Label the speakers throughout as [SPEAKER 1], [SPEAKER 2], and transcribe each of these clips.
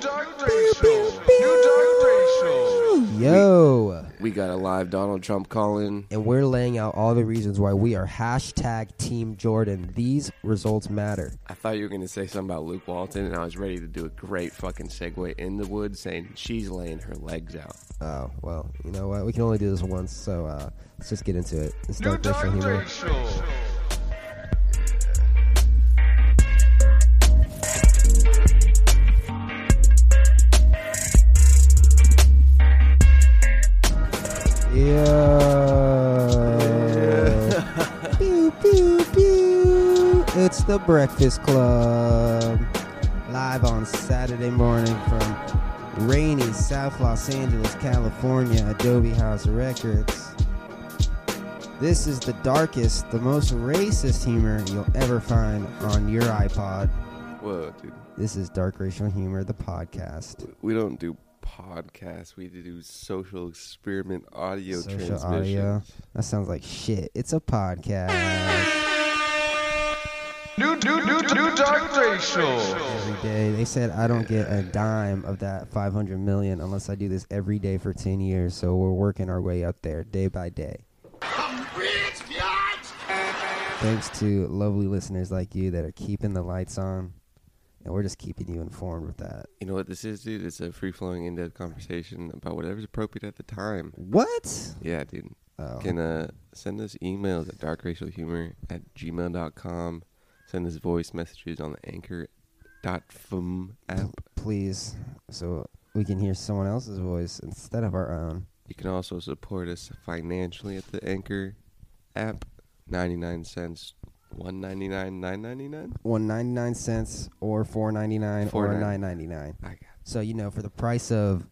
[SPEAKER 1] Dark Racial. New Dark Racial.
[SPEAKER 2] Yo.
[SPEAKER 3] We got a live Donald Trump calling.
[SPEAKER 2] And we're laying out all the reasons why we are hashtag Team Jordan. These results matter.
[SPEAKER 3] I thought you were going to say something about Luke Walton, and I was ready to do a great fucking segue in the woods saying she's laying her legs out.
[SPEAKER 2] Oh, well, you know what? We can only do this once, so uh, let's just get into it. It's
[SPEAKER 1] New
[SPEAKER 2] Dark Racial
[SPEAKER 1] Dark
[SPEAKER 2] Humor.
[SPEAKER 1] Racial.
[SPEAKER 2] Yeah. pew, pew, pew. It's the Breakfast Club. Live on Saturday morning from rainy South Los Angeles, California, Adobe House Records. This is the darkest, the most racist humor you'll ever find on your iPod.
[SPEAKER 3] Whoa, dude.
[SPEAKER 2] This is Dark Racial Humor, the podcast.
[SPEAKER 3] We don't do podcasts. We do social experiment audio
[SPEAKER 2] Social
[SPEAKER 3] transmission.
[SPEAKER 2] audio. That sounds like shit. It's a podcast.
[SPEAKER 1] New, new, new, new Dark Racial.
[SPEAKER 2] every day. They said I don't get a dime of that 500 million unless I do this every day for 10 years. So we're working our way up there day by day. Thanks to lovely listeners like you that are keeping the lights on. And we're just keeping you informed with that.
[SPEAKER 3] You know what this is, dude? It's a free-flowing, in-depth conversation about whatever's appropriate at the time.
[SPEAKER 2] What?
[SPEAKER 3] Yeah, dude.
[SPEAKER 2] Oh.
[SPEAKER 3] can uh, send us emails at darkracialhumor at gmail.com. Send us voice messages on the anchor.fm app.
[SPEAKER 2] Please. So we can hear someone else's voice instead of our own.
[SPEAKER 3] You can also support us financially at the Anchor app. 99 cents, 199, 999.
[SPEAKER 2] 199 cents or 499 or
[SPEAKER 3] 4.99.
[SPEAKER 2] 999.
[SPEAKER 3] I got it.
[SPEAKER 2] So you know, for the price of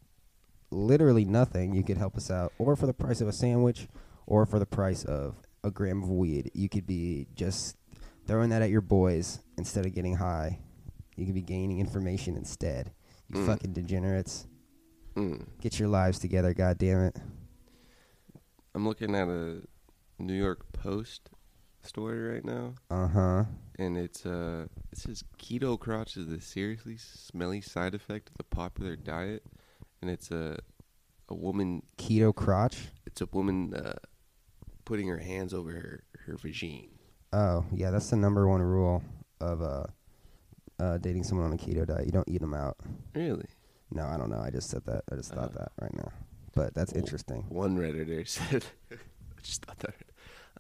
[SPEAKER 2] literally nothing, you could help us out, or for the price of a sandwich, or for the price of a gram of weed, you could be just throwing that at your boys instead of getting high. You could be gaining information instead. You
[SPEAKER 3] Mm.
[SPEAKER 2] fucking degenerates.
[SPEAKER 3] Mm.
[SPEAKER 2] Get your lives together, God damn it.
[SPEAKER 3] I'm looking at a New York Post story right now,
[SPEAKER 2] Uh huh.
[SPEAKER 3] and it's uh, it says keto crotch is the seriously smelly side effect of the popular diet, and it's a a woman
[SPEAKER 2] Keto crotch.
[SPEAKER 3] it's a woman uh, putting her hands over her her vagine.
[SPEAKER 2] Oh yeah, that's the number one rule of uh, uh, dating someone on a keto diet. You don't eat them out.
[SPEAKER 3] Really?
[SPEAKER 2] No, I don't know. I just said that. I just thought
[SPEAKER 3] Uh,
[SPEAKER 2] that right now. But that's
[SPEAKER 3] w-
[SPEAKER 2] interesting.
[SPEAKER 3] One redditor said, "I just thought that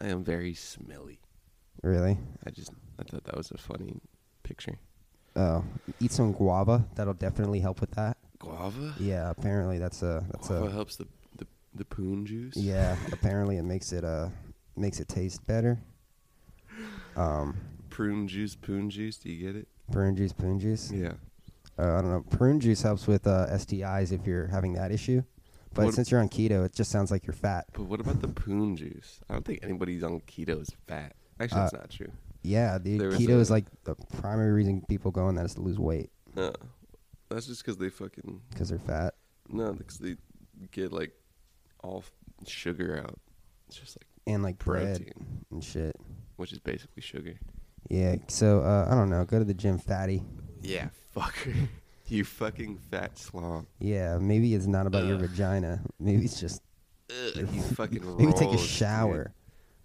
[SPEAKER 3] I am very smelly."
[SPEAKER 2] Really?
[SPEAKER 3] I just I thought that was a funny picture.
[SPEAKER 2] Oh, eat some guava. That'll definitely help with that.
[SPEAKER 3] Guava.
[SPEAKER 2] Yeah, apparently that's a that's
[SPEAKER 3] Guava
[SPEAKER 2] a
[SPEAKER 3] helps the the the poon juice.
[SPEAKER 2] yeah. Apparently it makes it uh makes it taste better. Um,
[SPEAKER 3] Prune juice, poon juice. Do you get it?
[SPEAKER 2] prune juice, prune juice.
[SPEAKER 3] Yeah.
[SPEAKER 2] Uh, I don't know. Prune juice helps with uh, STIs if you're having that issue. But
[SPEAKER 3] What-
[SPEAKER 2] since you're on keto, it just sounds like you're fat.
[SPEAKER 3] But what about the poon juice? I don't think anybody's on keto is fat. Actually,
[SPEAKER 2] Uh,
[SPEAKER 3] that's not true.
[SPEAKER 2] Yeah, dude.
[SPEAKER 3] There was
[SPEAKER 2] Keto
[SPEAKER 3] a-
[SPEAKER 2] is like the primary reason people go on that is to lose weight
[SPEAKER 3] No, that's just because they fucking
[SPEAKER 2] because they're fat.
[SPEAKER 3] no, because they get like all f- sugar out. It's just like
[SPEAKER 2] And like bread
[SPEAKER 3] protein.
[SPEAKER 2] and shit.
[SPEAKER 3] which is basically sugar.
[SPEAKER 2] Yeah. So uh, I don't know. Go to the gym, fatty.
[SPEAKER 3] Yeah, fucker. you fucking fat slong.
[SPEAKER 2] Yeah, maybe it's not about your
[SPEAKER 3] Ugh.
[SPEAKER 2] vagina. Maybe it's just
[SPEAKER 3] Ugh, you fucking
[SPEAKER 2] maybe take a
[SPEAKER 3] rolls, dude.
[SPEAKER 2] shower.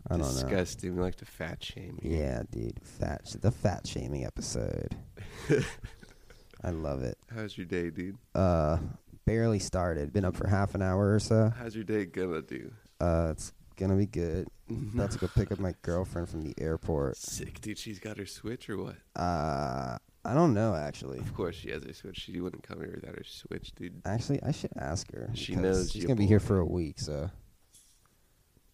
[SPEAKER 2] I don't know.
[SPEAKER 3] Disgusting. We like to fat shame. you.
[SPEAKER 2] Yeah, dude, fat sh- the fat shaming episode. I love it.
[SPEAKER 3] How's your day, dude?
[SPEAKER 2] Uh, barely started. Been up for half an hour or so.
[SPEAKER 3] How's your day gonna do?
[SPEAKER 2] Uh, it's gonna be good. About to go pick up my girlfriend from the airport.
[SPEAKER 3] Sick, dude. She's got her switch or what?
[SPEAKER 2] Uh, I don't know actually.
[SPEAKER 3] Of course she has her switch. She wouldn't come here without her switch, dude.
[SPEAKER 2] Actually, I should ask her.
[SPEAKER 3] She
[SPEAKER 2] because
[SPEAKER 3] knows
[SPEAKER 2] she's
[SPEAKER 3] you
[SPEAKER 2] gonna be here
[SPEAKER 3] boy.
[SPEAKER 2] for a week, so.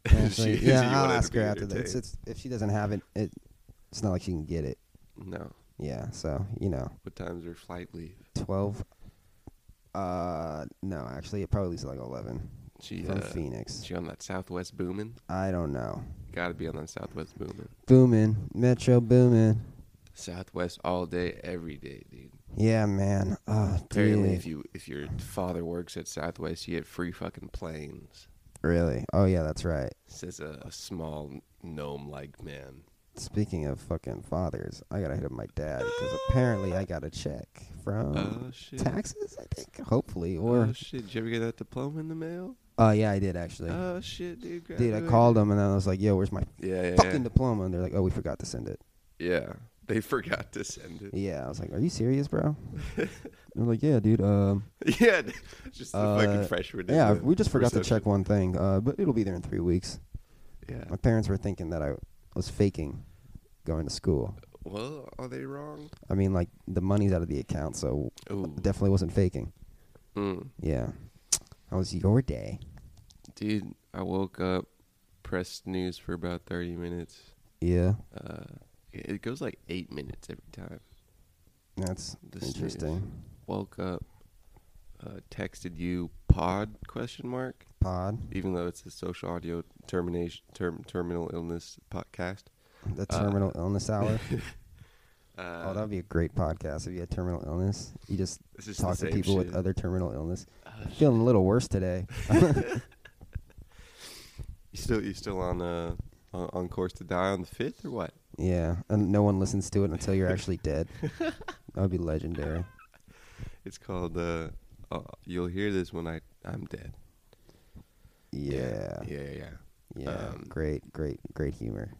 [SPEAKER 3] She-
[SPEAKER 2] Actually,
[SPEAKER 3] she
[SPEAKER 2] yeah,
[SPEAKER 3] wanted
[SPEAKER 2] I'll
[SPEAKER 3] to
[SPEAKER 2] ask
[SPEAKER 3] be
[SPEAKER 2] her after that.
[SPEAKER 3] entertained.
[SPEAKER 2] It's, it's, if she doesn't have it, it, it's not like she can get it.
[SPEAKER 3] No.
[SPEAKER 2] Yeah, so you know,
[SPEAKER 3] What time's her flight leave?
[SPEAKER 2] twelve. Uh, no, actually, it probably is like eleven
[SPEAKER 3] She
[SPEAKER 2] from
[SPEAKER 3] uh,
[SPEAKER 2] Phoenix.
[SPEAKER 3] She on that Southwest booming?
[SPEAKER 2] I don't know.
[SPEAKER 3] Gotta be on that Southwest booming.
[SPEAKER 2] Booming, Metro booming.
[SPEAKER 3] Southwest all day, every day, dude.
[SPEAKER 2] Yeah, man. Oh,
[SPEAKER 3] Apparently,
[SPEAKER 2] dude.
[SPEAKER 3] if you if your father works at Southwest, you get free fucking planes.
[SPEAKER 2] really. Oh yeah, that's right.
[SPEAKER 3] Says a, a small gnome-like man.
[SPEAKER 2] Speaking of fucking fathers, I gotta hit up my dad because apparently I got a check from
[SPEAKER 3] Oh shit.
[SPEAKER 2] taxes. I think, hopefully,
[SPEAKER 3] Oh
[SPEAKER 2] or
[SPEAKER 3] shit! Did you ever get that diploma in the mail?
[SPEAKER 2] oh yeah, I did actually.
[SPEAKER 3] Oh shit, dude!
[SPEAKER 2] Dude, I
[SPEAKER 3] graduated.
[SPEAKER 2] called them and I was like, "Yo, where's my
[SPEAKER 3] Yeah, yeah,
[SPEAKER 2] fucking diploma?" And they're like, "Oh, we forgot to send it."
[SPEAKER 3] yeah. yeah. They forgot to send it.
[SPEAKER 2] Yeah, I was like, "Are you serious, bro?" They're like, "Yeah, dude. Um,
[SPEAKER 3] Yeah, just the
[SPEAKER 2] Uh,
[SPEAKER 3] fucking freshman. in
[SPEAKER 2] yeah,
[SPEAKER 3] the
[SPEAKER 2] we just forgot to check
[SPEAKER 3] reception.
[SPEAKER 2] one thing, uh, but it'll be there in three weeks." My
[SPEAKER 3] Yeah.
[SPEAKER 2] parents were thinking that I was faking going to school.
[SPEAKER 3] Well, are they wrong?
[SPEAKER 2] I mean, like the money's out of the account, so
[SPEAKER 3] Ooh.
[SPEAKER 2] definitely wasn't faking.
[SPEAKER 3] Mm.
[SPEAKER 2] Yeah, how was your day?
[SPEAKER 3] Dude, I woke up, pressed snooze for about thirty minutes.
[SPEAKER 2] Yeah,
[SPEAKER 3] Uh, it it goes like eight minutes every time.
[SPEAKER 2] that's
[SPEAKER 3] The snooze.
[SPEAKER 2] interesting.
[SPEAKER 3] Woke up, uh, texted you pod question mark,
[SPEAKER 2] Pod.
[SPEAKER 3] even though it's a social audio termination term terminal illness podcast.
[SPEAKER 2] The
[SPEAKER 3] Uh,
[SPEAKER 2] terminal illness hour. oh,
[SPEAKER 3] Uh,
[SPEAKER 2] that would be a great podcast if you had terminal illness. You just
[SPEAKER 3] this is the
[SPEAKER 2] talk to
[SPEAKER 3] same
[SPEAKER 2] people with
[SPEAKER 3] shit.
[SPEAKER 2] other terminal illness.
[SPEAKER 3] Oh,
[SPEAKER 2] I'm feeling a little worse today.
[SPEAKER 3] You still you still on uh on, on course to die on the fifth or what?
[SPEAKER 2] yeah, and no one listens to it until you're actually dead. That would be legendary.
[SPEAKER 3] It's called uh, uh you'll hear this when I I'm dead.
[SPEAKER 2] Yeah, yeah,
[SPEAKER 3] Yeah, yeah. yeah. um,
[SPEAKER 2] great, great, great humor.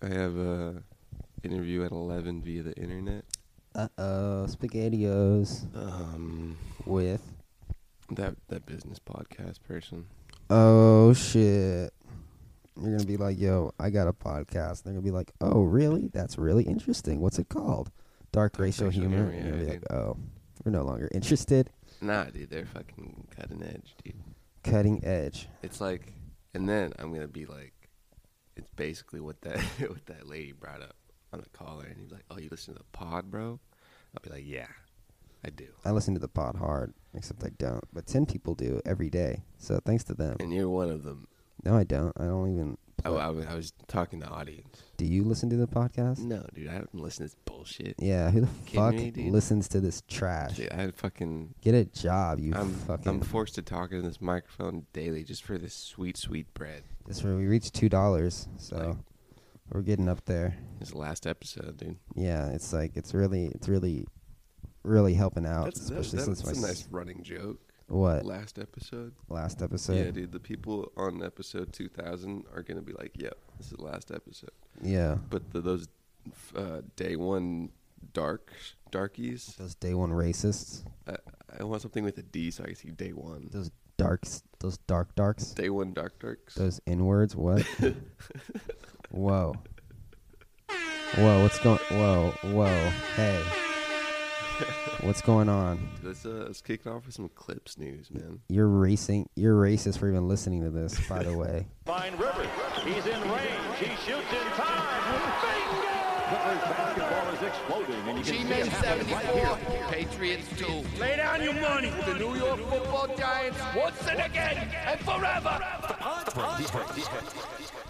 [SPEAKER 3] I have a interview at 11 via the internet.
[SPEAKER 2] Uh oh, spaghettios
[SPEAKER 3] Um
[SPEAKER 2] with.
[SPEAKER 3] that that business podcast person.
[SPEAKER 2] Oh shit. You're gonna be like, yo, I got a podcast. They're gonna be like, oh, really? That's really interesting. What's it called? Dark racial
[SPEAKER 3] racial
[SPEAKER 2] humor.
[SPEAKER 3] humor,
[SPEAKER 2] And you're
[SPEAKER 3] yeah,
[SPEAKER 2] gonna be
[SPEAKER 3] dude.
[SPEAKER 2] like, oh, we're no longer interested.
[SPEAKER 3] Nah, dude, they're fucking cutting edge, dude.
[SPEAKER 2] Cutting edge.
[SPEAKER 3] It's like and then I'm going to be like it's basically what that what that lady brought up on the caller and he's like, "Oh, you listen to the pod, bro?" I'll be like, "Yeah. I do."
[SPEAKER 2] I listen to the pod hard, except I don't. But ten people do every day, so thanks to them.
[SPEAKER 3] And you're one of them.
[SPEAKER 2] No, I don't. I don't even.
[SPEAKER 3] Oh, I, was- I was talking to audience.
[SPEAKER 2] Do you listen to the podcast?
[SPEAKER 3] No, dude, I don't listen to this bullshit.
[SPEAKER 2] Yeah, who the
[SPEAKER 3] Kidding
[SPEAKER 2] fuck
[SPEAKER 3] me, dude?
[SPEAKER 2] listens to this trash?
[SPEAKER 3] Dude, I fucking
[SPEAKER 2] Get a job, you
[SPEAKER 3] I'm
[SPEAKER 2] fucking.
[SPEAKER 3] I'm forced to talk in this microphone daily just for this sweet sweet bread.
[SPEAKER 2] This where we reached two dollars, so
[SPEAKER 3] Like-
[SPEAKER 2] we're getting up there.
[SPEAKER 3] This last episode, dude.
[SPEAKER 2] Yeah, it's like it's really, it's really, really helping out,
[SPEAKER 3] That's, that-
[SPEAKER 2] Oh, especially
[SPEAKER 3] that-
[SPEAKER 2] since my
[SPEAKER 3] that's a
[SPEAKER 2] s-
[SPEAKER 3] nice running joke.
[SPEAKER 2] what
[SPEAKER 3] Last episode.
[SPEAKER 2] last episode.
[SPEAKER 3] yeah, dude. The people on episode 2000 are gonna be like, "Yep, this is the last episode."
[SPEAKER 2] Yeah.
[SPEAKER 3] But the, those uh, day one dark darkies,
[SPEAKER 2] those day one racists,
[SPEAKER 3] I, I want something with a D so I can see day one.
[SPEAKER 2] those darks, those dark darks,
[SPEAKER 3] Day one dark darks.
[SPEAKER 2] those n words. What? whoa, whoa, what's going? Whoa, whoa, hey, what's going on?
[SPEAKER 3] Let's uh, let's kick it off with some clips news, man.
[SPEAKER 2] You're racing. You're racist for even listening to this. By the way.
[SPEAKER 4] Find Rivers. He's in range. He shoots in time. Bingo! Clippers basketball is exploding, and you can see it happen right here.
[SPEAKER 5] Patriots 2.
[SPEAKER 6] Lay down your money.
[SPEAKER 5] The New York football Giants once and again and forever.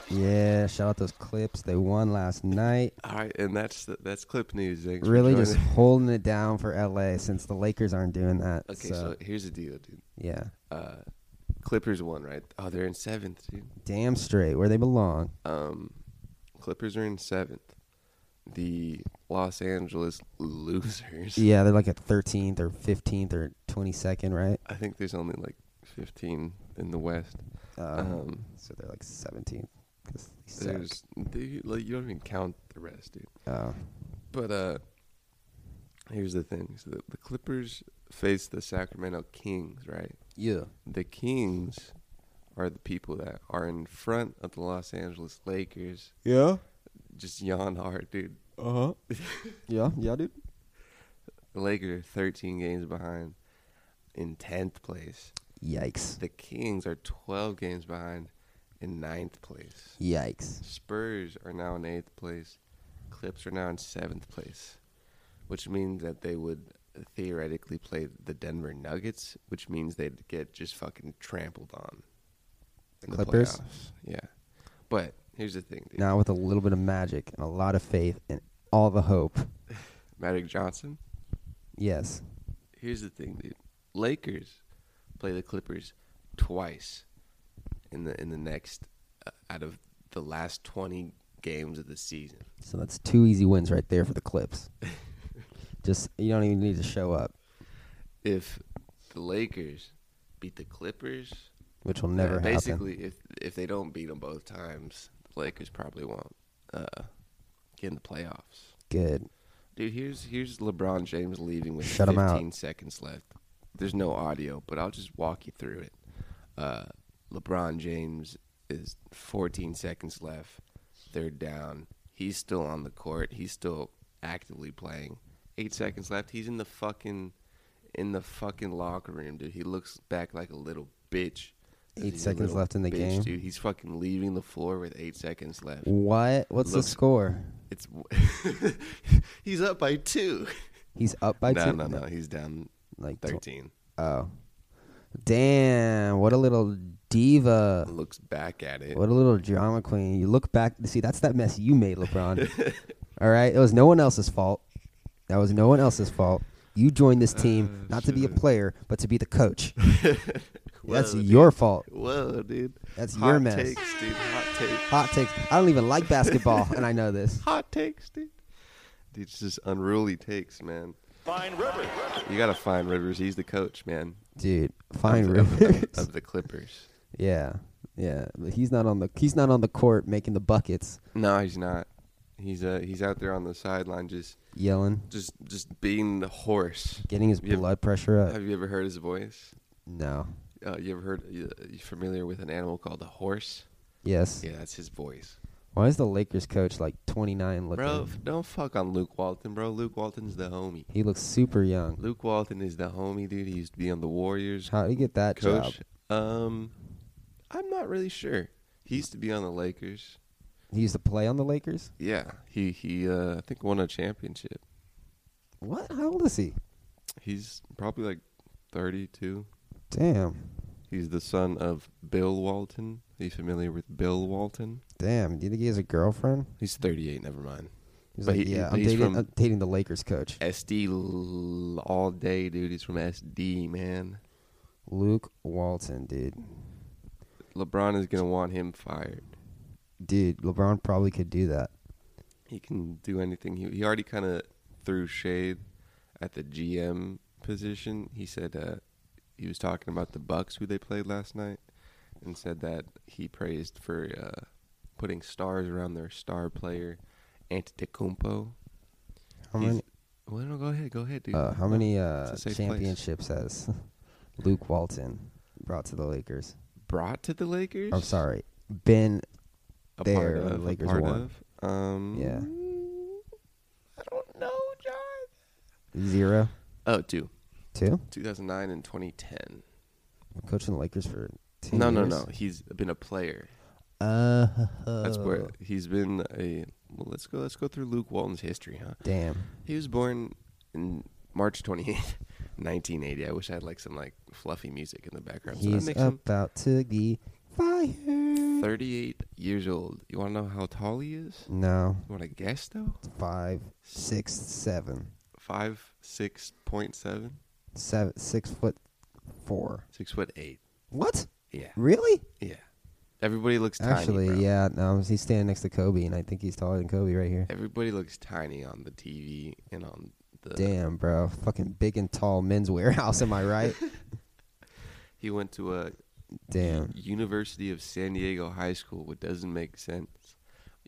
[SPEAKER 2] Yeah, shout out those clips. They won last night.
[SPEAKER 3] All right, and that's the, that's clip news. Thanks for
[SPEAKER 2] Really
[SPEAKER 3] joining.
[SPEAKER 2] just holding it down for LA since the Lakers aren't doing that.
[SPEAKER 3] Okay,
[SPEAKER 2] so,
[SPEAKER 3] so. here's the deal, dude.
[SPEAKER 2] yeah.
[SPEAKER 3] Uh, Clippers won, right? Oh, they're in seventh, dude.
[SPEAKER 2] Damn straight where they belong.
[SPEAKER 3] Um, Clippers are in seventh. The Los Angeles losers.
[SPEAKER 2] Yeah, they're like at 13th or 15th or 22nd, right?
[SPEAKER 3] I think there's only like 15 in the West.
[SPEAKER 2] Um,
[SPEAKER 3] Um,
[SPEAKER 2] so they're like 17th. 'cause they suck.
[SPEAKER 3] there's they, like you don't even count the rest, dude.
[SPEAKER 2] Oh,
[SPEAKER 3] But uh, here's the thing: so the, the Clippers face the Sacramento Kings, right?
[SPEAKER 2] yeah.
[SPEAKER 3] the Kings are the people that are in front of the Los Angeles Lakers.
[SPEAKER 2] Yeah.
[SPEAKER 3] Just yawn hard, dude.
[SPEAKER 2] Uh huh. yeah, yeah, dude.
[SPEAKER 3] The Lakers are 13 games behind in 10th place.
[SPEAKER 2] Yikes.
[SPEAKER 3] The Kings are 12 games behind in 9th place.
[SPEAKER 2] Yikes.
[SPEAKER 3] Spurs are now in 8th place. Clips are now in 7th place, which means that they would theoretically play the Denver Nuggets, which means they'd get just fucking trampled on. in
[SPEAKER 2] Clippers?
[SPEAKER 3] playoffs. Yeah. But here's the thing, dude.
[SPEAKER 2] Now, with a little bit of magic and a lot of faith and all the hope.
[SPEAKER 3] Magic Johnson.
[SPEAKER 2] Yes.
[SPEAKER 3] Here's the thing, dude. Lakers play the Clippers twice in the in the next uh, out of the last 20 games of the season.
[SPEAKER 2] So that's two easy wins right there for the Clips. Just you don't even need to show up,
[SPEAKER 3] If the Lakers beat the Clippers,
[SPEAKER 2] which will never
[SPEAKER 3] uh,
[SPEAKER 2] happen.
[SPEAKER 3] basically, if if they don't beat them both times, the Lakers probably won't uh, get in the playoffs.
[SPEAKER 2] Good.
[SPEAKER 3] Dude, here's here's LeBron James leaving with
[SPEAKER 2] Shut 'em
[SPEAKER 3] 15
[SPEAKER 2] out.
[SPEAKER 3] seconds left. There's no audio, but I'll just walk you through it. Uh, LeBron James is 14 seconds left. They're down. He's still on the court. He's still actively playing. Eight seconds left. He's in the fucking in the fucking locker room, dude. He looks back like a little bitch.
[SPEAKER 2] Eight
[SPEAKER 3] He's a
[SPEAKER 2] seconds
[SPEAKER 3] little
[SPEAKER 2] left in the
[SPEAKER 3] bitch,
[SPEAKER 2] game.
[SPEAKER 3] dude. He's fucking leaving the floor with eight seconds left.
[SPEAKER 2] What? What's
[SPEAKER 3] Looks-
[SPEAKER 2] the score?
[SPEAKER 3] It's he's up by two.
[SPEAKER 2] He's up by
[SPEAKER 3] no,
[SPEAKER 2] two.
[SPEAKER 3] no, no. He's down
[SPEAKER 2] Like tw-
[SPEAKER 3] 13.
[SPEAKER 2] Oh, damn! What a little diva!
[SPEAKER 3] Looks back at it.
[SPEAKER 2] What a little drama queen! You look back. See, that's that mess you made, LeBron. All right, it was no one else's fault. That was no one else's fault. You joined
[SPEAKER 3] Uh,
[SPEAKER 2] this team not to be a player, but to be the coach. that's
[SPEAKER 3] Whoa,
[SPEAKER 2] your fault.
[SPEAKER 3] Whoa, dude.
[SPEAKER 2] That's
[SPEAKER 3] Hot
[SPEAKER 2] your mess.
[SPEAKER 3] takes, dude. Hot takes.
[SPEAKER 2] Hot takes. I don't even like basketball, and I know this.
[SPEAKER 3] Hot takes, dude. Dude, it's just unruly takes, man.
[SPEAKER 4] Fine Rivers.
[SPEAKER 3] You gotta find Rivers. He's the coach, man.
[SPEAKER 2] Dude, fine
[SPEAKER 3] Of- of- of-
[SPEAKER 2] Rivers.
[SPEAKER 3] of the Clippers.
[SPEAKER 2] yeah, yeah. But he's not on the he's not on the court making the buckets,
[SPEAKER 3] No, he's not. He's uh he's out there on the sideline, just
[SPEAKER 2] yelling,
[SPEAKER 3] just just being the horse.
[SPEAKER 2] getting his
[SPEAKER 3] You-
[SPEAKER 2] blood pressure up.
[SPEAKER 3] Have you ever heard his voice?
[SPEAKER 2] No.
[SPEAKER 3] Uh, you ever heard? You, you familiar with an animal called a horse?
[SPEAKER 2] Yes.
[SPEAKER 3] Yeah, that's his voice.
[SPEAKER 2] Why is the Lakers coach like 29 looking?
[SPEAKER 3] Bro, f- don't fuck on Luke Walton, bro. Luke Walton's the homie.
[SPEAKER 2] He looks super young.
[SPEAKER 3] Luke Walton is the homie, dude. He used to be on the Warriors.
[SPEAKER 2] How did he get that job?
[SPEAKER 3] Coach, um, I'm not really sure. He used to be on the Lakers.
[SPEAKER 2] He used to play on the Lakers.
[SPEAKER 3] Yeah, he he uh, I think won a championship.
[SPEAKER 2] What? How old is he?
[SPEAKER 3] He's probably like 32.
[SPEAKER 2] Damn.
[SPEAKER 3] He's the son of Bill Walton. Are you familiar with Bill Walton?
[SPEAKER 2] Damn. Do you think he has a girlfriend?
[SPEAKER 3] He's 38. Never mind.
[SPEAKER 2] He's
[SPEAKER 3] But
[SPEAKER 2] like,
[SPEAKER 3] he-
[SPEAKER 2] yeah,
[SPEAKER 3] but
[SPEAKER 2] I'm
[SPEAKER 3] he's
[SPEAKER 2] dating,
[SPEAKER 3] from-
[SPEAKER 2] I'm dating the Lakers coach,
[SPEAKER 3] SD l- all day, dude. He's from SD, man.
[SPEAKER 2] Luke Walton, dude.
[SPEAKER 3] LeBron is gonna want him fired.
[SPEAKER 2] Dude, LeBron probably could do that.
[SPEAKER 3] he can do anything. He he already kind of threw shade at the GM position. He said uh, he was talking about the Bucks who they played last night, and said that he praised for uh, putting stars around their star player Antetokounmpo.
[SPEAKER 2] How
[SPEAKER 3] He's-
[SPEAKER 2] many?
[SPEAKER 3] Well, no, go ahead, go ahead, dude.
[SPEAKER 2] Uh, how many uh,
[SPEAKER 3] a safe place.
[SPEAKER 2] championships has Luke Walton brought to the Lakers?
[SPEAKER 3] Brought to the Lakers?
[SPEAKER 2] I'm sorry, been
[SPEAKER 3] A
[SPEAKER 2] there,
[SPEAKER 3] part of, a
[SPEAKER 2] Lakers
[SPEAKER 3] part
[SPEAKER 2] won.
[SPEAKER 3] of? Um,
[SPEAKER 2] Yeah.
[SPEAKER 3] I don't know, John.
[SPEAKER 2] zero,
[SPEAKER 3] Oh, two.
[SPEAKER 2] two.
[SPEAKER 3] 2009 and 2010.
[SPEAKER 2] Coaching the Lakers for ten
[SPEAKER 3] No, no,
[SPEAKER 2] years.
[SPEAKER 3] no. He's been a player.
[SPEAKER 2] Uh,
[SPEAKER 3] That's where
[SPEAKER 2] Oh.
[SPEAKER 3] he's been a. Well, let's go. Let's go through Luke Walton's history, huh?
[SPEAKER 2] Damn.
[SPEAKER 3] He was born in March 28th, 1980. I wish I had like some like fluffy music in the background. So that
[SPEAKER 2] He's
[SPEAKER 3] makes him
[SPEAKER 2] about to be fired.
[SPEAKER 3] 38 years old. You want to know how tall he is?
[SPEAKER 2] No,
[SPEAKER 3] You want to guess though?
[SPEAKER 2] five, six, seven,
[SPEAKER 3] Five, six point seven,
[SPEAKER 2] seven, six foot four.
[SPEAKER 3] six foot eight.
[SPEAKER 2] What?
[SPEAKER 3] Yeah,
[SPEAKER 2] Really?
[SPEAKER 3] yeah. Everybody looks tiny.
[SPEAKER 2] Actually,
[SPEAKER 3] bro.
[SPEAKER 2] yeah. No, he's standing next to Kobe, and I think he's taller than Kobe right here.
[SPEAKER 3] Everybody looks tiny on the TV and on the.
[SPEAKER 2] Damn, bro. Fucking big and tall men's warehouse, am I right?
[SPEAKER 3] He went to a
[SPEAKER 2] Damn.
[SPEAKER 3] University of San Diego High School, which doesn't make sense.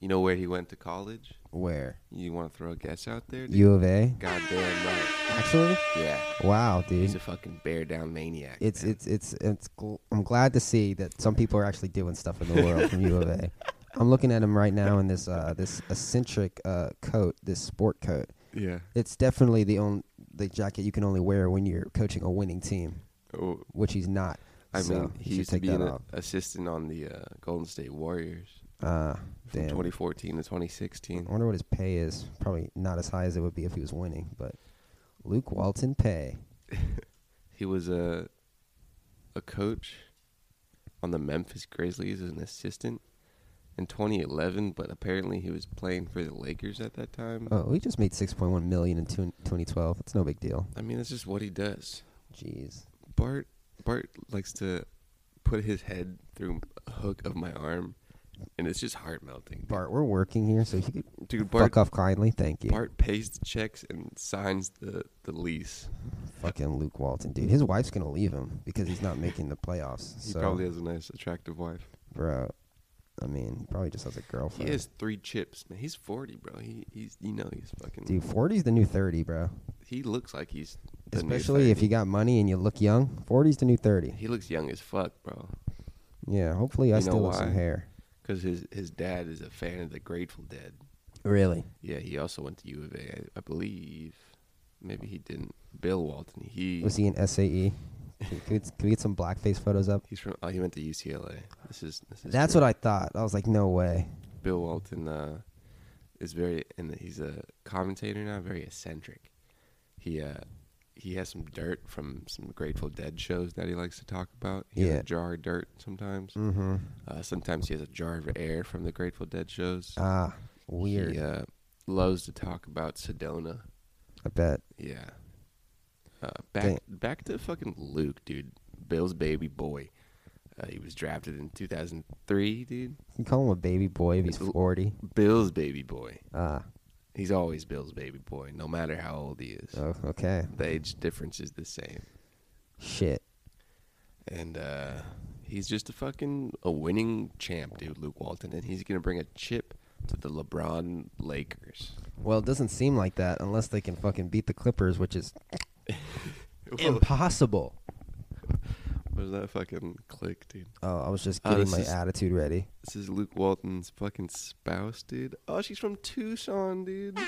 [SPEAKER 3] You know where he went to college?
[SPEAKER 2] Where?
[SPEAKER 3] You want to throw a guess out there? dude?
[SPEAKER 2] U of A?
[SPEAKER 3] Goddamn right.
[SPEAKER 2] Actually?
[SPEAKER 3] Yeah.
[SPEAKER 2] Wow,
[SPEAKER 3] He's a
[SPEAKER 2] dude.
[SPEAKER 3] fucking bear down maniac.
[SPEAKER 2] It's
[SPEAKER 3] man.
[SPEAKER 2] it's it's it's. Gl- I'm glad to see that some people are actually doing stuff in the world from U of A. I'm looking at him right now in this uh this eccentric uh coat, this sport coat.
[SPEAKER 3] yeah.
[SPEAKER 2] It's definitely the only the jacket you can only wear when you're coaching a winning team,
[SPEAKER 3] Oh,
[SPEAKER 2] which he's not.
[SPEAKER 3] I
[SPEAKER 2] so
[SPEAKER 3] mean,
[SPEAKER 2] he
[SPEAKER 3] he
[SPEAKER 2] should
[SPEAKER 3] used to
[SPEAKER 2] take
[SPEAKER 3] be
[SPEAKER 2] that
[SPEAKER 3] an
[SPEAKER 2] off.
[SPEAKER 3] assistant on the uh, Golden State Warriors
[SPEAKER 2] Uh,
[SPEAKER 3] from
[SPEAKER 2] damn.
[SPEAKER 3] 2014 to
[SPEAKER 2] I
[SPEAKER 3] 2016.
[SPEAKER 2] wonder what his pay is. Probably not as high as it would be if he was winning, but Luke Walton pay.
[SPEAKER 3] He was a a coach on the Memphis Grizzlies as an assistant in 2011, but apparently he was playing for the Lakers at that time.
[SPEAKER 2] Oh, he just made 6.1 million in two- 2012. It's no big deal.
[SPEAKER 3] I mean, that's just what he does.
[SPEAKER 2] Jeez.
[SPEAKER 3] Bart Bart likes to put his head through a hook of my arm and it's just heart melting.
[SPEAKER 2] Bart, we're working here, so if you could
[SPEAKER 3] Dude, Bart,
[SPEAKER 2] fuck off kindly. Thank you.
[SPEAKER 3] Bart pays the checks and signs the, the lease.
[SPEAKER 2] Fucking Luke Walton, dude. His wife's gonna leave him because he's not making the playoffs.
[SPEAKER 3] He
[SPEAKER 2] So,
[SPEAKER 3] probably has a nice, attractive wife.
[SPEAKER 2] bro, I mean, he probably just has a
[SPEAKER 3] He
[SPEAKER 2] girlfriend.
[SPEAKER 3] has three chips, man. He's forty, bro. He he's you know he's fucking.
[SPEAKER 2] Dude, 40's the new 30, bro.
[SPEAKER 3] He looks like he's the new
[SPEAKER 2] Especially if
[SPEAKER 3] 30.
[SPEAKER 2] you got money and you look young. 40's the new 30.
[SPEAKER 3] He looks young as fuck, bro.
[SPEAKER 2] Yeah, hopefully I
[SPEAKER 3] You know
[SPEAKER 2] still have some
[SPEAKER 3] why?
[SPEAKER 2] hair.
[SPEAKER 3] Because his his dad is a fan of the Grateful Dead.
[SPEAKER 2] Really?
[SPEAKER 3] Yeah, he also went to U of A, I, I believe. Maybe he didn't. Bill Walton. He
[SPEAKER 2] Was he an SAE? E? Can we, can we get some blackface photos up?
[SPEAKER 3] he's from. Oh, he went to UCLA. This is this is.
[SPEAKER 2] That's
[SPEAKER 3] true.
[SPEAKER 2] what I thought. I was like, no way.
[SPEAKER 3] Bill Walton uh, is very, and he's a commentator now, very eccentric. He uh, he has some dirt from some Grateful Dead shows that he likes to talk about. He has
[SPEAKER 2] Yeah.
[SPEAKER 3] a jar of dirt sometimes.
[SPEAKER 2] Mm-hmm.
[SPEAKER 3] Uh, sometimes he has a jar of air from the Grateful Dead shows.
[SPEAKER 2] Ah, weird.
[SPEAKER 3] He uh, loves to talk about Sedona.
[SPEAKER 2] I bet.
[SPEAKER 3] Yeah. Uh, back
[SPEAKER 2] Dang.
[SPEAKER 3] back to fucking Luke, dude. Bill's baby boy. Uh, he was drafted in 2003, dude.
[SPEAKER 2] You call him a baby boy if he's
[SPEAKER 3] L-
[SPEAKER 2] 40.
[SPEAKER 3] Bill's baby boy.
[SPEAKER 2] Ah,
[SPEAKER 3] He's always Bill's baby boy, no matter how old he is.
[SPEAKER 2] oh, okay.
[SPEAKER 3] The age difference is the same,
[SPEAKER 2] Shit.
[SPEAKER 3] and uh, he's just a fucking a winning champ, dude, Luke Walton, and he's gonna bring a chip to the LeBron Lakers.
[SPEAKER 2] Well, it doesn't seem like that unless they can fucking beat the Clippers, which is impossible.
[SPEAKER 3] Was that fucking click, dude?
[SPEAKER 2] Oh, I was just
[SPEAKER 3] Oh,
[SPEAKER 2] getting
[SPEAKER 3] this
[SPEAKER 2] my
[SPEAKER 3] is-
[SPEAKER 2] attitude ready.
[SPEAKER 3] This is Luke Walton's fucking spouse, dude. Oh, she's from Tucson, dude.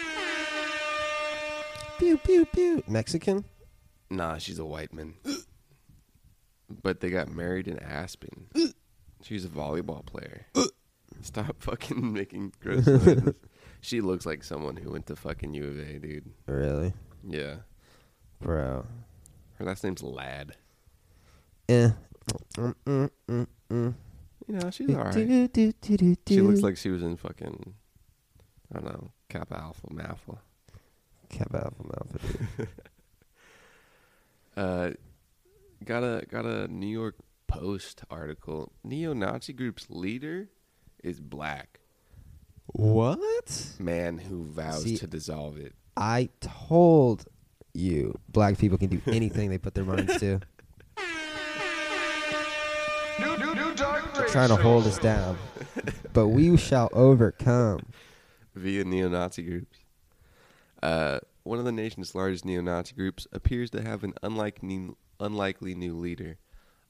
[SPEAKER 2] Pew pew pew. Mexican?
[SPEAKER 3] Nah, she's a white man. but they got married in Aspen. she's a volleyball player. Stop fucking making gross noises. she looks like someone who went to fucking U of A, dude.
[SPEAKER 2] Really,
[SPEAKER 3] Yeah.
[SPEAKER 2] bro?
[SPEAKER 3] Her last name's Ladd.
[SPEAKER 2] Eh. Mm, mm, mm, mm.
[SPEAKER 3] You know, she's alright.
[SPEAKER 2] Do, do, do, do,
[SPEAKER 3] She looks
[SPEAKER 2] do.
[SPEAKER 3] like she was in fucking, I don't know, Kappa Alpha Mafla.
[SPEAKER 2] Cap Alpha Alpha, dude.
[SPEAKER 3] Uh, got a got a New York Post article. Neo-Nazi group's leader is black
[SPEAKER 2] What?
[SPEAKER 3] man who vows
[SPEAKER 2] See-
[SPEAKER 3] to dissolve it.
[SPEAKER 2] I told you, black people can do anything they put their minds to.
[SPEAKER 1] New, new, new dark
[SPEAKER 2] They're trying to hold us down, but we shall overcome.
[SPEAKER 3] via neo-Nazi groups. Uh, one of the nation's largest neo-Nazi groups appears to have an unlikely, unlikely new leader,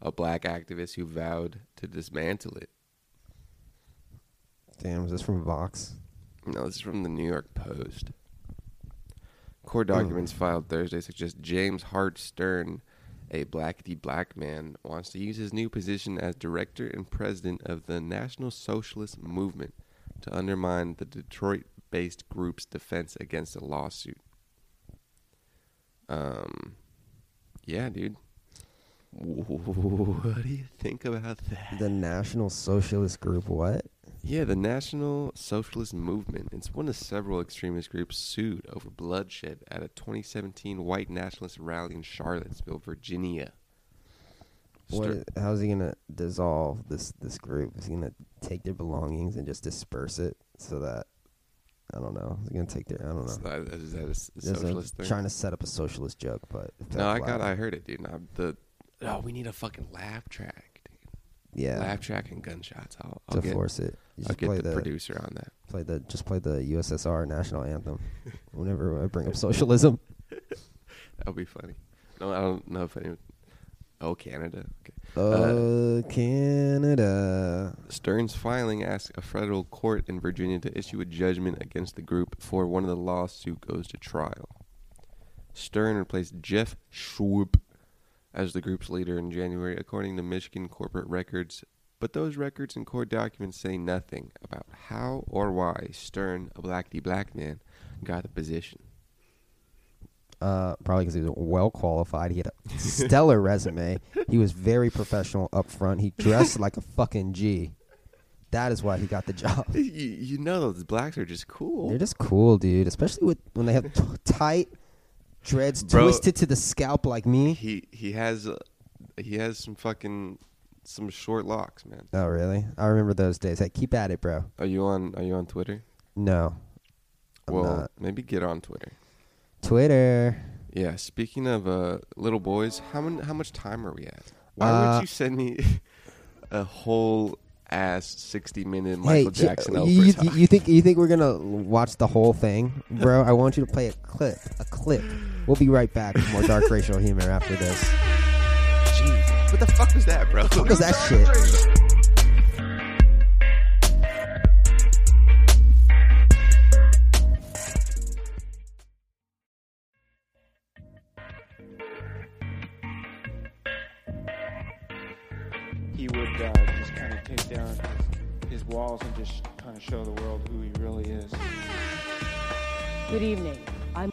[SPEAKER 3] a black activist who vowed to dismantle it.
[SPEAKER 2] Damn, is this from Vox?
[SPEAKER 3] No, this is from the New York Post. Court documents filed Thursday suggest James Hart Stern, a blackety black man, wants to use his new position as director and president of the National Socialist Movement to undermine the Detroit based group's defense against a lawsuit. Um, yeah, dude. What do you think about that?
[SPEAKER 2] The National Socialist Group, what?
[SPEAKER 3] Yeah, the National Socialist Movement. It's one of several extremist groups sued over bloodshed at a 2017 white nationalist rally in Charlottesville, Virginia.
[SPEAKER 2] What?
[SPEAKER 3] Stir-
[SPEAKER 2] is- how's he gonna dissolve this this group? Is he gonna take their belongings and just disperse it so that I don't know? Is he gonna take their I don't
[SPEAKER 3] is
[SPEAKER 2] know?
[SPEAKER 3] that- is that a s-
[SPEAKER 2] That's what I'm
[SPEAKER 3] socialist thing?
[SPEAKER 2] Trying to set up a socialist joke, but it fell
[SPEAKER 3] no, I
[SPEAKER 2] flat.
[SPEAKER 3] got. I heard it, dude. No, the oh, we need a fucking laugh track, dude.
[SPEAKER 2] yeah
[SPEAKER 3] Laugh track and gunshots. I'll, I'll
[SPEAKER 2] to
[SPEAKER 3] get.
[SPEAKER 2] force it. You
[SPEAKER 3] I'll
[SPEAKER 2] just
[SPEAKER 3] get
[SPEAKER 2] play
[SPEAKER 3] the,
[SPEAKER 2] the,
[SPEAKER 3] producer on that.
[SPEAKER 2] play the just play the USSR national anthem whenever I bring up socialism.
[SPEAKER 3] That'll be funny. No, I don't know if anyone. Oh, Canada. Okay.
[SPEAKER 2] Oh, Canada.
[SPEAKER 3] Stern's filing asks a federal court in Virginia to issue a judgment against the group before one of the lawsuit goes to trial. Stern replaced Jeff Schwab as the group's leader in January, according to Michigan corporate records. But those records and court documents say nothing about how or why Stern, a blackety black man, got the position.
[SPEAKER 2] Uh, probably because he was well qualified. He had a stellar resume. He was very professional up front. He dressed like a fucking G. That is why he got the job.
[SPEAKER 3] You, you know those blacks are just cool.
[SPEAKER 2] They're just cool, dude. Especially with when they have t- tight dreads
[SPEAKER 3] Bro.
[SPEAKER 2] twisted to the scalp like me.
[SPEAKER 3] he he has uh, he has some fucking some short locks, man.
[SPEAKER 2] Oh, really? I remember those days. Hey, keep at it, bro.
[SPEAKER 3] Are you on? Are you on Twitter?
[SPEAKER 2] No. I'm
[SPEAKER 3] well,
[SPEAKER 2] not.
[SPEAKER 3] maybe get on Twitter.
[SPEAKER 2] Twitter.
[SPEAKER 3] Yeah. Speaking of uh, little boys, how many, How much time are we at? Why
[SPEAKER 2] Uh,
[SPEAKER 3] would you send me a whole ass sixty minute
[SPEAKER 2] hey,
[SPEAKER 3] Michael
[SPEAKER 2] j-
[SPEAKER 3] Jackson?
[SPEAKER 2] you, you,
[SPEAKER 3] overtime?
[SPEAKER 2] you think you think we're gonna watch the whole thing, bro? I want you to play a clip. A clip. We'll be right back with more dark racial humor after this.
[SPEAKER 3] Jeez, what the fuck was that, bro?
[SPEAKER 2] What was that shit?
[SPEAKER 6] he would uh, just kind of take down his, his walls and just kind of show the world who he really is.
[SPEAKER 7] Good evening. I'm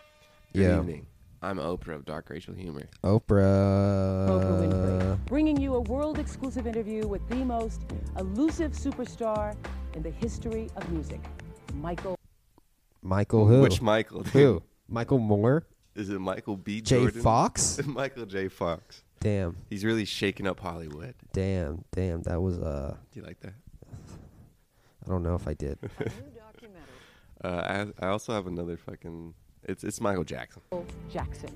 [SPEAKER 3] Good
[SPEAKER 2] Yeah.
[SPEAKER 3] evening. I'm Oprah of Dark Racial Humor.
[SPEAKER 2] Oprah.
[SPEAKER 7] Oprah Winfrey, bringing you a world exclusive interview with the most elusive superstar in the history of music, Michael.
[SPEAKER 2] Michael who?
[SPEAKER 3] Which Michael? dude?
[SPEAKER 2] who? Michael Moore?
[SPEAKER 3] Is it Michael B.
[SPEAKER 2] Jay
[SPEAKER 3] Jordan?
[SPEAKER 2] Fox?
[SPEAKER 3] Michael J. Fox.
[SPEAKER 2] Damn.
[SPEAKER 3] He's really shaking up Hollywood.
[SPEAKER 2] Damn. Damn. That was uh
[SPEAKER 3] Do you like that?
[SPEAKER 2] I don't know if I did.
[SPEAKER 3] Uh, I, I also have another fucking. It's it's Michael Jackson.
[SPEAKER 7] Jackson.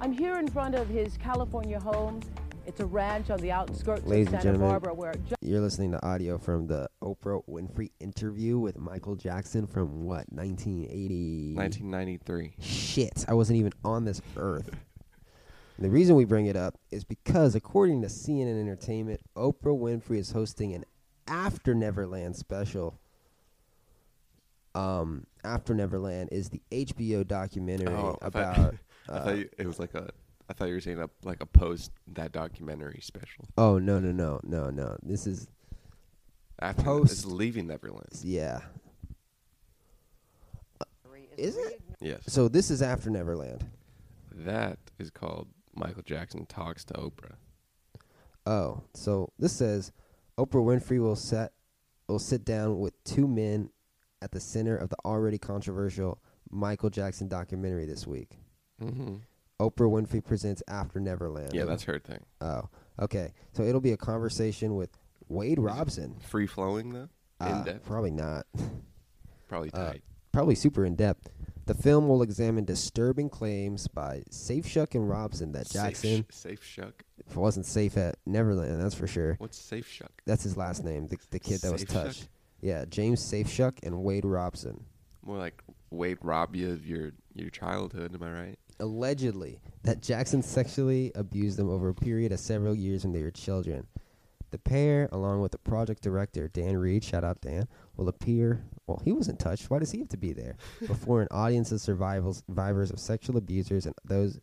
[SPEAKER 7] I'm here in front of his California home. It's a ranch on the outskirts
[SPEAKER 2] Ladies
[SPEAKER 7] of
[SPEAKER 2] and
[SPEAKER 7] Santa
[SPEAKER 2] gentlemen.
[SPEAKER 7] Barbara where just
[SPEAKER 2] You're listening to audio from the Oprah Winfrey interview with Michael Jackson from what, 1980?
[SPEAKER 3] 1993.
[SPEAKER 2] Shit, I wasn't even on this earth. the reason we bring it up is because, according to CNN Entertainment, Oprah Winfrey is hosting an After Neverland special. Um, After Neverland is the HBO documentary
[SPEAKER 3] Oh, I
[SPEAKER 2] about.
[SPEAKER 3] thought, I
[SPEAKER 2] uh,
[SPEAKER 3] thought you- it was like a. I thought you were saying a, like a post that documentary special.
[SPEAKER 2] oh no no no no no! This is
[SPEAKER 3] After
[SPEAKER 2] Post-
[SPEAKER 3] it's leaving Neverland.
[SPEAKER 2] yeah. Is it?
[SPEAKER 3] Yes.
[SPEAKER 2] So this is After Neverland.
[SPEAKER 3] that is called Michael Jackson talks to Oprah.
[SPEAKER 2] Oh, so this says Oprah Winfrey will set will sit down with two men at the center of the already controversial Michael Jackson documentary this week.
[SPEAKER 3] Mm-hmm.
[SPEAKER 2] Oprah Winfrey presents After Neverland.
[SPEAKER 3] Yeah, that's her thing.
[SPEAKER 2] Oh, okay. So it'll be a conversation with Wade Robson.
[SPEAKER 3] Free flowing though.
[SPEAKER 2] Uh,
[SPEAKER 3] in depth,
[SPEAKER 2] probably not.
[SPEAKER 3] probably tight.
[SPEAKER 2] probably super in depth. The film will examine disturbing claims by Safe Shuck and Robson that uh, Jackson
[SPEAKER 3] safe, sh- safe shuck.
[SPEAKER 2] wasn't safe at Neverland. That's for sure.
[SPEAKER 3] What's safe shuck?
[SPEAKER 2] That's his last name. The, the kid that was
[SPEAKER 3] Safeshuck?
[SPEAKER 2] touched. Yeah, James Safeshuck and Wade Robson.
[SPEAKER 3] More like Wade rob you of your your childhood. Am I right?
[SPEAKER 2] Allegedly, that Jackson sexually abused them over a period of several years when they were children. The pair, along with the project director Dan Reed, shout out Dan, will appear. Well, he wasn't touched. Why does he have to be there? Before an audience of survivals, survivors of sexual abusers and those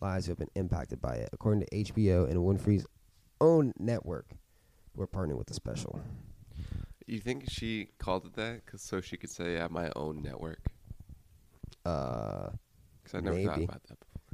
[SPEAKER 2] lives who have been impacted by it, according to HBO and Winfrey's own network. We're partnering with the special.
[SPEAKER 3] You think she called it that 'cause so she could say I have my own network?
[SPEAKER 2] Uh,
[SPEAKER 3] Because I never thought
[SPEAKER 2] Maybe.
[SPEAKER 3] about that. Before.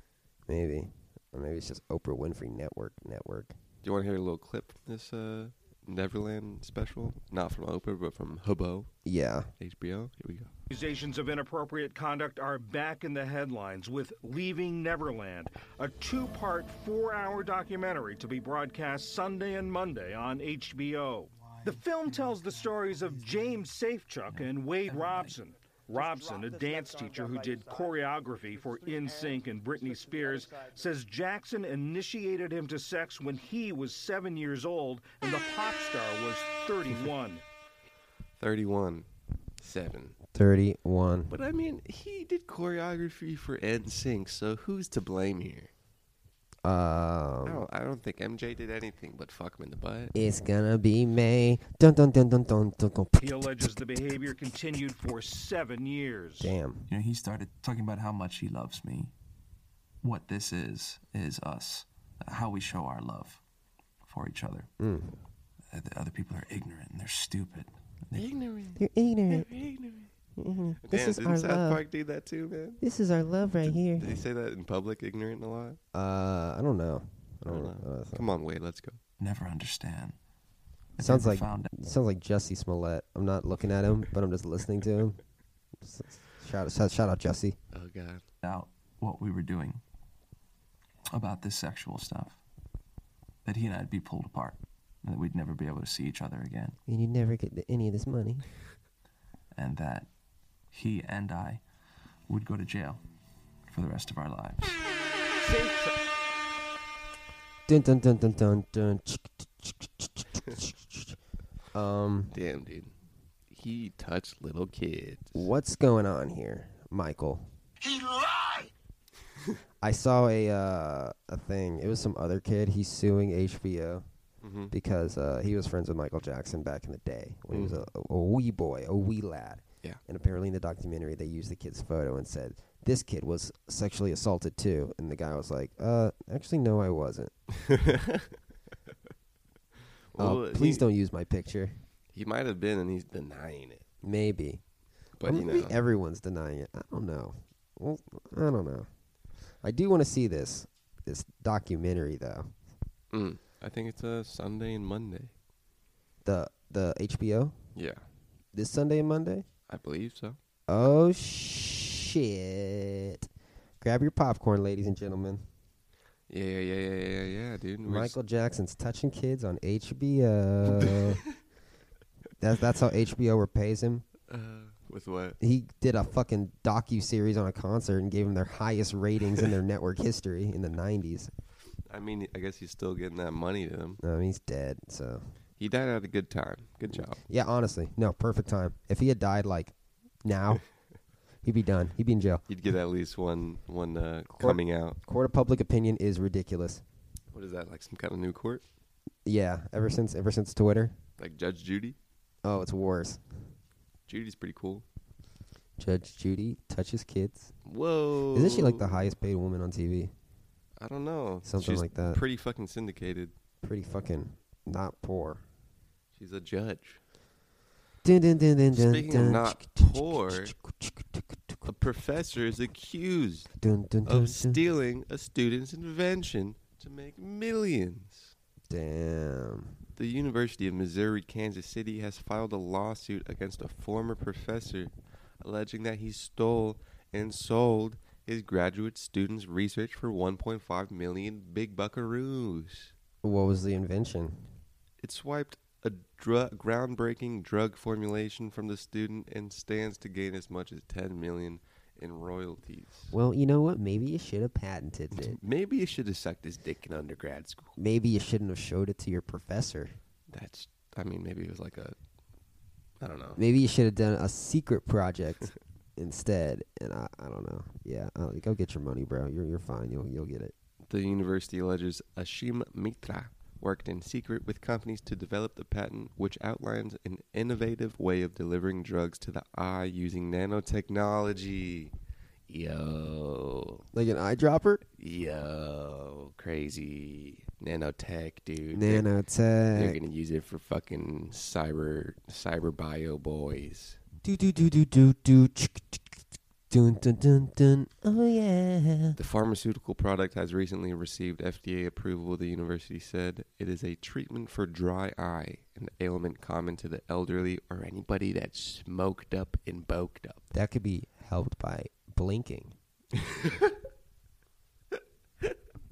[SPEAKER 2] Maybe. Or maybe it's just Oprah Winfrey Network Network.
[SPEAKER 3] Do you want to hear a little clip from this uh, Neverland special? Not from Oprah, but from Hobo
[SPEAKER 2] Yeah.
[SPEAKER 3] HBO. Here we go.
[SPEAKER 8] Accusations of inappropriate conduct are back in the headlines with Leaving Neverland, a two part, four hour documentary to be broadcast Sunday and Monday on HBO. The film tells the stories of James Safechuck and Wade Robson. Robson, a dance teacher who did choreography for InSync and Britney Spears, says Jackson initiated him to sex when he was seven years old and the pop star was 31.
[SPEAKER 3] Thirty-one, seven.
[SPEAKER 2] 31.
[SPEAKER 3] But I mean, he did choreography for NSYNC, so who's to blame here? I
[SPEAKER 2] Um,
[SPEAKER 3] don't. I don't think MJ did anything but fuck him in the butt.
[SPEAKER 2] it's gonna be May. Dun dun dun dun dun dun dun.
[SPEAKER 8] He alleges the behavior continued for seven years.
[SPEAKER 2] Damn.
[SPEAKER 9] You know, he started talking about how much he loves me, what this is, is us, how we show our love for each other.
[SPEAKER 2] Mm.
[SPEAKER 9] Uh, The other people are ignorant and they're stupid.
[SPEAKER 3] Ignorant.
[SPEAKER 2] You're ignorant. This
[SPEAKER 3] Damn,
[SPEAKER 2] is
[SPEAKER 3] didn't
[SPEAKER 2] our
[SPEAKER 3] South
[SPEAKER 2] love.
[SPEAKER 3] Park do that too, man?
[SPEAKER 2] This is our love right here.
[SPEAKER 3] Did he say that in public, ignorant a lot?
[SPEAKER 2] Uh, I don't know. I
[SPEAKER 3] I
[SPEAKER 2] don't,
[SPEAKER 3] don't
[SPEAKER 2] know. Uh,
[SPEAKER 3] know. Come on, Wade, let's go.
[SPEAKER 9] Never understand. I've
[SPEAKER 2] Sounds
[SPEAKER 9] never
[SPEAKER 2] like
[SPEAKER 9] found
[SPEAKER 2] sounds like Jesse Smollett. I'm not looking at him, but I'm just listening to him. S- Shout shout, shout out Jesse.
[SPEAKER 3] Oh God.
[SPEAKER 9] out what we were doing about this sexual stuff. That he and I'd be pulled apart. and that we'd never be able to see each other again,
[SPEAKER 2] and you'd never get any of this money.
[SPEAKER 9] and that he and I would go to jail for the rest of our lives.
[SPEAKER 2] Dun dun dun dun dun dun. um,
[SPEAKER 3] Damn, dude. He touched little kids.
[SPEAKER 2] what's going on here, Michael? I saw a uh, a thing. It was some other kid. He's suing HBO
[SPEAKER 3] Mm-hmm.
[SPEAKER 2] because uh, he was friends with Michael Jackson back in the day when he was a, a wee boy, a wee lad.
[SPEAKER 3] Mm. Yeah.
[SPEAKER 2] And apparently in the documentary, they used the kid's photo and said this kid was sexually assaulted too. And the guy was like, "Uh, actually, no, I wasn't. Uh,
[SPEAKER 3] Well,
[SPEAKER 2] please
[SPEAKER 3] he-
[SPEAKER 2] don't use my picture.
[SPEAKER 3] He might have been, and he's denying it.
[SPEAKER 2] Maybe,
[SPEAKER 3] But
[SPEAKER 2] Or
[SPEAKER 3] you
[SPEAKER 2] maybe
[SPEAKER 3] know,
[SPEAKER 2] everyone's denying it. I don't know. Well, I don't know. I do want to see this this documentary though.
[SPEAKER 3] mm, I think it's a Sunday and Monday.
[SPEAKER 2] The the HBO
[SPEAKER 3] Yeah,
[SPEAKER 2] this Sunday and Monday.
[SPEAKER 3] I believe so.
[SPEAKER 2] Oh shit! Grab your popcorn, ladies and gentlemen.
[SPEAKER 3] Yeah, yeah, yeah, yeah, yeah, yeah, dude. We're just-
[SPEAKER 2] Michael Jackson's touching kids on HBO. that's that's how HBO repays him.
[SPEAKER 3] uh, with what?
[SPEAKER 2] He did a fucking docu series on a concert and gave him their highest ratings in their network history in the '90s.
[SPEAKER 3] I mean, I guess he's still getting that money to him.
[SPEAKER 2] I mean, he's dead, so
[SPEAKER 3] He died at a good time. Good job.
[SPEAKER 2] Yeah, honestly, no, perfect time. If he had died like now, he'd be done. He'd be in jail.
[SPEAKER 3] You'd get at least one one uh, coming out.
[SPEAKER 2] Court of public opinion is ridiculous.
[SPEAKER 3] What is that? Like some kind of new court?
[SPEAKER 2] Yeah, ever since ever since Twitter,
[SPEAKER 3] Like Judge Judy?
[SPEAKER 2] oh, it's worse.
[SPEAKER 3] Judy's pretty cool.
[SPEAKER 2] Judge Judy touches kids.
[SPEAKER 3] Whoa.
[SPEAKER 2] Isn't she like the highest paid woman on TV?
[SPEAKER 3] I don't know.
[SPEAKER 2] Something
[SPEAKER 3] She's
[SPEAKER 2] like that.
[SPEAKER 3] Pretty fucking syndicated.
[SPEAKER 2] Pretty fucking not poor.
[SPEAKER 3] She's a judge.
[SPEAKER 2] Dun, dun, dun, dun, dun,
[SPEAKER 3] Speaking
[SPEAKER 2] dun.
[SPEAKER 3] of not poor, a professor is accused
[SPEAKER 2] Dun, dun, dun, dun.
[SPEAKER 3] of stealing a student's invention to make millions.
[SPEAKER 2] Damn.
[SPEAKER 3] The University of Missouri Kansas City has filed a lawsuit against a former professor alleging that he stole and sold his graduate students' research for 1.5 million big buckaroos.
[SPEAKER 2] What was the invention?
[SPEAKER 3] It swiped a dru- groundbreaking drug formulation from the student and stands to gain as much as 10 million in royalties.
[SPEAKER 2] Well, you know what? Maybe you should have patented it.
[SPEAKER 3] Maybe you should have sucked his dick in undergrad school.
[SPEAKER 2] Maybe you shouldn't have showed it to your professor.
[SPEAKER 3] That's, I mean, maybe it was like a, I don't know.
[SPEAKER 2] Maybe you should have done a secret project instead. And I, I don't know. Yeah, I don't- go get your money, bro. You're you're fine. You'll you'll get it.
[SPEAKER 3] The university alleges Ashim Mitra worked in secret with companies to develop the patent, which outlines an innovative way of delivering drugs to the eye using nanotechnology. Yo,
[SPEAKER 2] Like an eyedropper,
[SPEAKER 3] yo, crazy nanotech, dude. They're- They're
[SPEAKER 2] nanotech.
[SPEAKER 3] gonna use it for fucking cyber cyber bio boys.
[SPEAKER 2] Do do do do do do. chick, chick, chick, Dun dun dun dun. Oh yeah.
[SPEAKER 3] The pharmaceutical product has recently received FDA approval, the university said. It is a treatment for dry eye, an ailment common to the elderly or anybody that's smoked up and boked up.
[SPEAKER 2] That could be helped by blinking.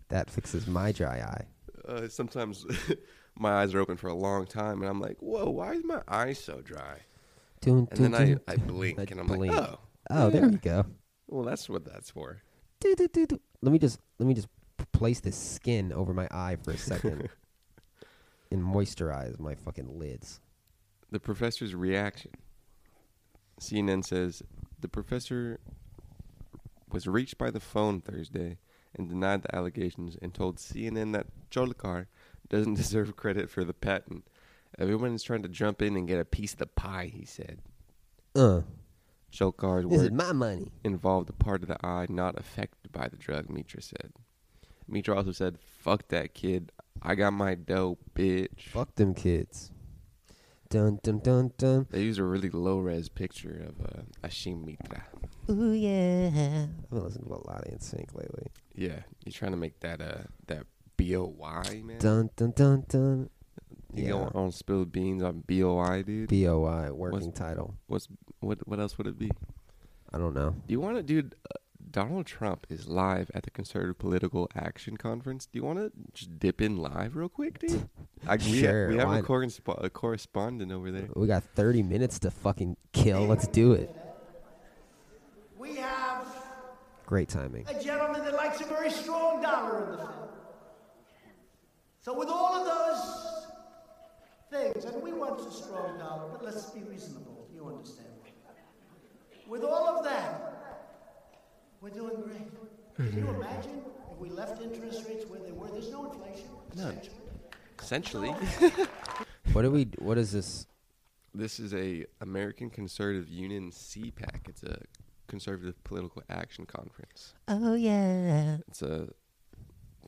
[SPEAKER 2] that fixes my dry eye.
[SPEAKER 3] Uh, sometimes my eyes are open for a long time, and I'm like, whoa, why is my eye so dry?
[SPEAKER 2] Dun,
[SPEAKER 3] And then
[SPEAKER 2] dun,
[SPEAKER 3] I,
[SPEAKER 2] dun,
[SPEAKER 3] I
[SPEAKER 2] dun.
[SPEAKER 3] blink,
[SPEAKER 2] I
[SPEAKER 3] and I'm
[SPEAKER 2] blink.
[SPEAKER 3] like, oh,
[SPEAKER 2] Oh, there you go.
[SPEAKER 3] well, that's what that's for.
[SPEAKER 2] Do, do, do, do. Let me just let me just p- place this skin over my eye for a second and moisturize my fucking lids.
[SPEAKER 3] The professor's reaction. CNN says the professor was reached by the phone Thursday and denied the allegations and told CNN that Cholkar doesn't deserve credit for the patent. Everyone is trying to jump in and get a piece of the pie, he said.
[SPEAKER 2] Uh,
[SPEAKER 3] Cholkar's
[SPEAKER 2] this
[SPEAKER 3] work
[SPEAKER 2] is my money.
[SPEAKER 3] involved a part of the eye not affected by the drug, Mitra said. Mitra also said, fuck that kid. I got my dough, bitch.
[SPEAKER 2] Fuck them kids. Dun dun dun dun.
[SPEAKER 3] They used a really low res picture of uh, Ashim Mitra.
[SPEAKER 2] Ooh yeah. I've been listening to a lot of NSYNC lately.
[SPEAKER 3] Yeah, you're trying to make that uh that BOY man.
[SPEAKER 2] Dun dun dun dun.
[SPEAKER 3] you
[SPEAKER 2] yeah.
[SPEAKER 3] don't, don't spill beans on BOY, dude.
[SPEAKER 2] B O I working title.
[SPEAKER 3] What's what? What else would it be?
[SPEAKER 2] I don't know.
[SPEAKER 3] You want to, dude? Uh, Donald Trump is live at the Conservative Political Action Conference. Do you want to just dip in live real quick, dude? I, we,
[SPEAKER 2] Sure,
[SPEAKER 3] We have
[SPEAKER 2] why
[SPEAKER 3] a,
[SPEAKER 2] not? Oh.
[SPEAKER 3] correspo- a correspondent over there.
[SPEAKER 2] We got 30 minutes to fucking kill. Let's do it.
[SPEAKER 10] We have
[SPEAKER 2] Great timing.
[SPEAKER 10] a gentleman that likes a very strong dollar in the film. So with all of those things, and we want a strong dollar, but let's be reasonable. You understand? With all of that, we're doing great. Can you imagine if we left interest rates where they were? There's no inflation.
[SPEAKER 3] None. Essentially,
[SPEAKER 2] What do we? What is this?
[SPEAKER 3] this is a American Conservative Union CPAC. It's a Conservative Political Action Conference.
[SPEAKER 2] Oh yeah.
[SPEAKER 3] It's a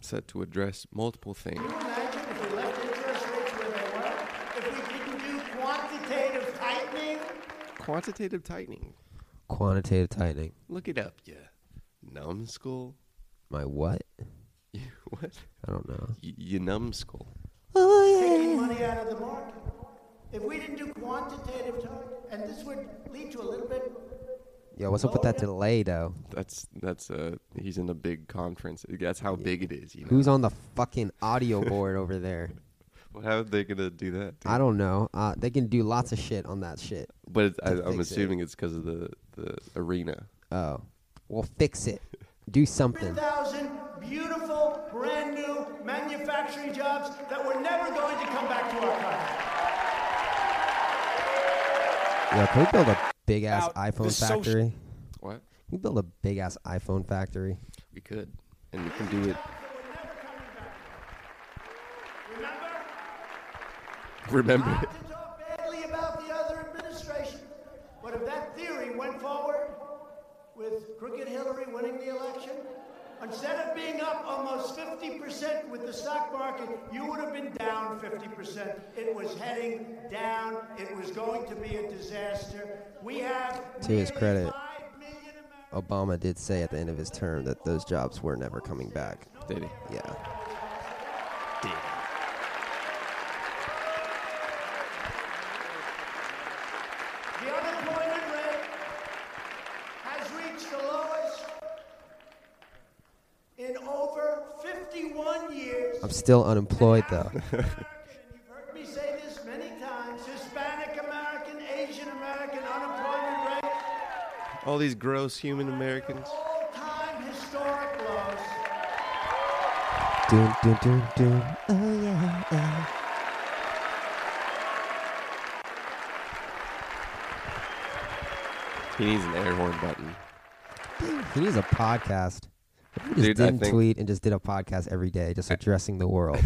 [SPEAKER 3] set to address multiple things.
[SPEAKER 10] Imagine if we left interest rates where they were. If we didn't do quantitative tightening.
[SPEAKER 3] Quantitative tightening.
[SPEAKER 2] Quantitative tightening.
[SPEAKER 3] Look it up, yeah. Numbskull.
[SPEAKER 2] My what?
[SPEAKER 3] You what?
[SPEAKER 2] I don't know.
[SPEAKER 3] You, you numbskull.
[SPEAKER 10] taking money out of the market. If we didn't do quantitative tightening, and this would lead to a little bit,
[SPEAKER 2] Yo, what's up with that delay though?
[SPEAKER 3] That's that's uh he's in a big conference. That's how big it is, you know.
[SPEAKER 2] Who's on the fucking audio board over there?
[SPEAKER 3] Well, how are they gonna do that? dude?
[SPEAKER 2] I don't know. Uh, they can do lots of shit on that shit.
[SPEAKER 3] But it's, I,
[SPEAKER 2] to
[SPEAKER 3] I'm
[SPEAKER 2] fix it.
[SPEAKER 3] assuming it's because of the the arena.
[SPEAKER 2] Oh, well, fix it. Do something.
[SPEAKER 10] 100,000 beautiful, brand new manufacturing jobs that were never going to come back to our country.
[SPEAKER 2] Yo, can we build a big ass
[SPEAKER 6] Out the
[SPEAKER 2] iPhone
[SPEAKER 6] social-
[SPEAKER 2] factory?
[SPEAKER 3] What?
[SPEAKER 2] Can we build a big ass iPhone factory?
[SPEAKER 3] We could, and we can do it.
[SPEAKER 10] Remember?
[SPEAKER 3] Remember,
[SPEAKER 10] Not to talk badly about the other administration, but if that theory went forward with crooked Hillary winning the election, instead of being up almost 50% with the stock market, you would have been down 50%. It was heading down. It was going to be a disaster. We have
[SPEAKER 2] To his
[SPEAKER 10] nearly
[SPEAKER 2] credit.
[SPEAKER 10] five million Ameri-
[SPEAKER 2] Obama did say at the end of his term that those jobs were never coming back.
[SPEAKER 3] did he?
[SPEAKER 2] Yeah.
[SPEAKER 10] The unemployment rate has reached the lowest in over 51 years.
[SPEAKER 2] I'm still unemployed though.
[SPEAKER 10] You've heard me say this many times. Hispanic American, Asian American unemployment rate
[SPEAKER 3] All these gross human Americans.
[SPEAKER 10] all-time historic lows.
[SPEAKER 2] Dun, dun, dun, dun. Oh yeah.
[SPEAKER 3] He needs an air horn button.
[SPEAKER 2] He needs a podcast. What if He just
[SPEAKER 3] Dude, I
[SPEAKER 2] didn't
[SPEAKER 3] think-
[SPEAKER 2] tweet and just did a podcast every day, just addressing the world.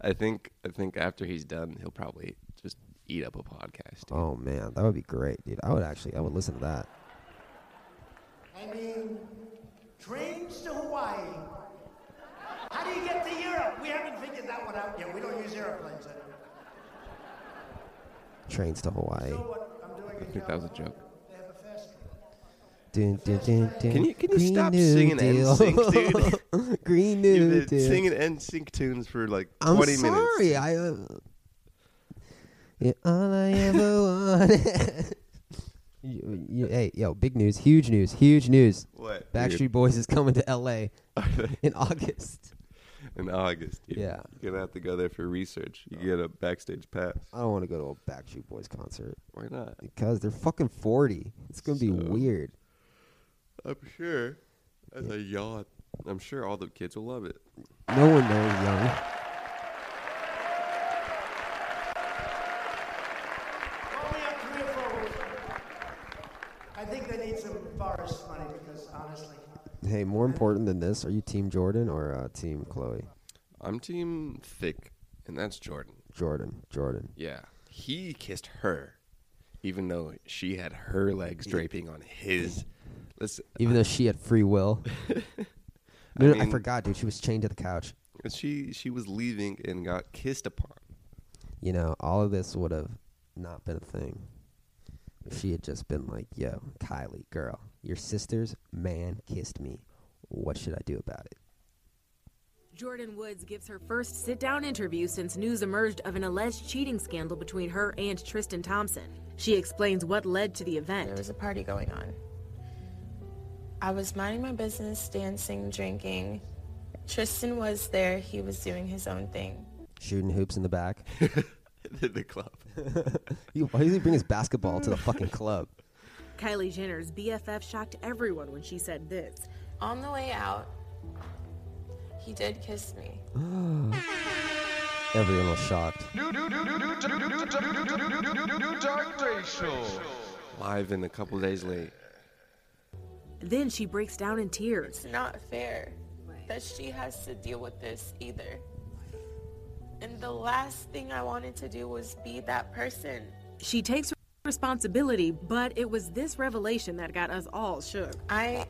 [SPEAKER 3] I think I think after he's done, he'll probably just eat up a podcast. dude.
[SPEAKER 2] oh man, that would be great, dude. I would actually, I would listen to that.
[SPEAKER 10] I mean, trains to Hawaii. How do you get to Europe? We haven't figured that one out yet. We don't use airplanes anymore.
[SPEAKER 2] Trains to Hawaii.
[SPEAKER 10] So what I'm doing
[SPEAKER 3] I think that was a joke.
[SPEAKER 10] They have a fast train.
[SPEAKER 2] Dun, dun, dun, dun.
[SPEAKER 3] Can you- can you
[SPEAKER 2] Green
[SPEAKER 3] stop
[SPEAKER 2] New
[SPEAKER 3] singing
[SPEAKER 2] Deal.
[SPEAKER 3] NSYNC,
[SPEAKER 2] dude? Green New
[SPEAKER 3] You've been
[SPEAKER 2] Deal.
[SPEAKER 3] singing NSYNC tunes for like
[SPEAKER 2] I'm
[SPEAKER 3] 20
[SPEAKER 2] sorry.
[SPEAKER 3] minutes.
[SPEAKER 2] I. Uh, yeah, all I ever wanted. You- you- hey, yo! Big news! Huge news! Huge news!
[SPEAKER 3] What?
[SPEAKER 2] Backstreet Boys is coming to L.A. in August.
[SPEAKER 3] in August. dude.
[SPEAKER 2] Yeah.
[SPEAKER 3] You're going to have to go there for research. You get a backstage pass.
[SPEAKER 2] I don't want to go to a Backstreet Boys concert
[SPEAKER 3] Why not?
[SPEAKER 2] because they're fucking forty. It's gonna be weird.
[SPEAKER 3] I'm sure. As a yawn. I'm sure all the kids will love it.
[SPEAKER 2] No one there is young.
[SPEAKER 10] Call me up three or four weeks. I think they need some forest money because honestly,
[SPEAKER 2] Hey, more important than this, are you Team Jordan or uh, Team Chloe?
[SPEAKER 3] I'm team thick, and that's Jordan.
[SPEAKER 2] Jordan, Jordan.
[SPEAKER 3] Yeah. He kissed her, even though she had her legs draping on his. Listen,
[SPEAKER 2] Even though she had free will. no, no, I
[SPEAKER 3] mean-
[SPEAKER 2] forgot, dude. She was chained to the couch.
[SPEAKER 3] she she was leaving and got kissed upon.
[SPEAKER 2] you know, all of this would have not been a thing if she had just been like, yo, Kylie, girl, your sister's man kissed me. What should I do about it?
[SPEAKER 11] Jordan Woods gives her first sit down interview since news emerged of an alleged cheating scandal between her and Tristan Thompson. She explains what led to the event.
[SPEAKER 12] There was a party going on. I was minding my business, dancing, drinking. Tristan was there. He was doing his own thing.
[SPEAKER 2] Shooting hoops in the back.
[SPEAKER 3] the club.
[SPEAKER 2] He- Why does he bring his basketball to the fucking club?
[SPEAKER 11] Kylie Jenner's BFF shocked everyone when she said this.
[SPEAKER 12] On the way out, he did kiss me.
[SPEAKER 2] Everyone was shocked.
[SPEAKER 3] Live in a couple days late.
[SPEAKER 11] Then she breaks down in tears.
[SPEAKER 12] It's not fair that she has to deal with this either. And the last thing I wanted to do was be that person.
[SPEAKER 11] She takes responsibility, but it was this revelation that got us all shook.
[SPEAKER 12] I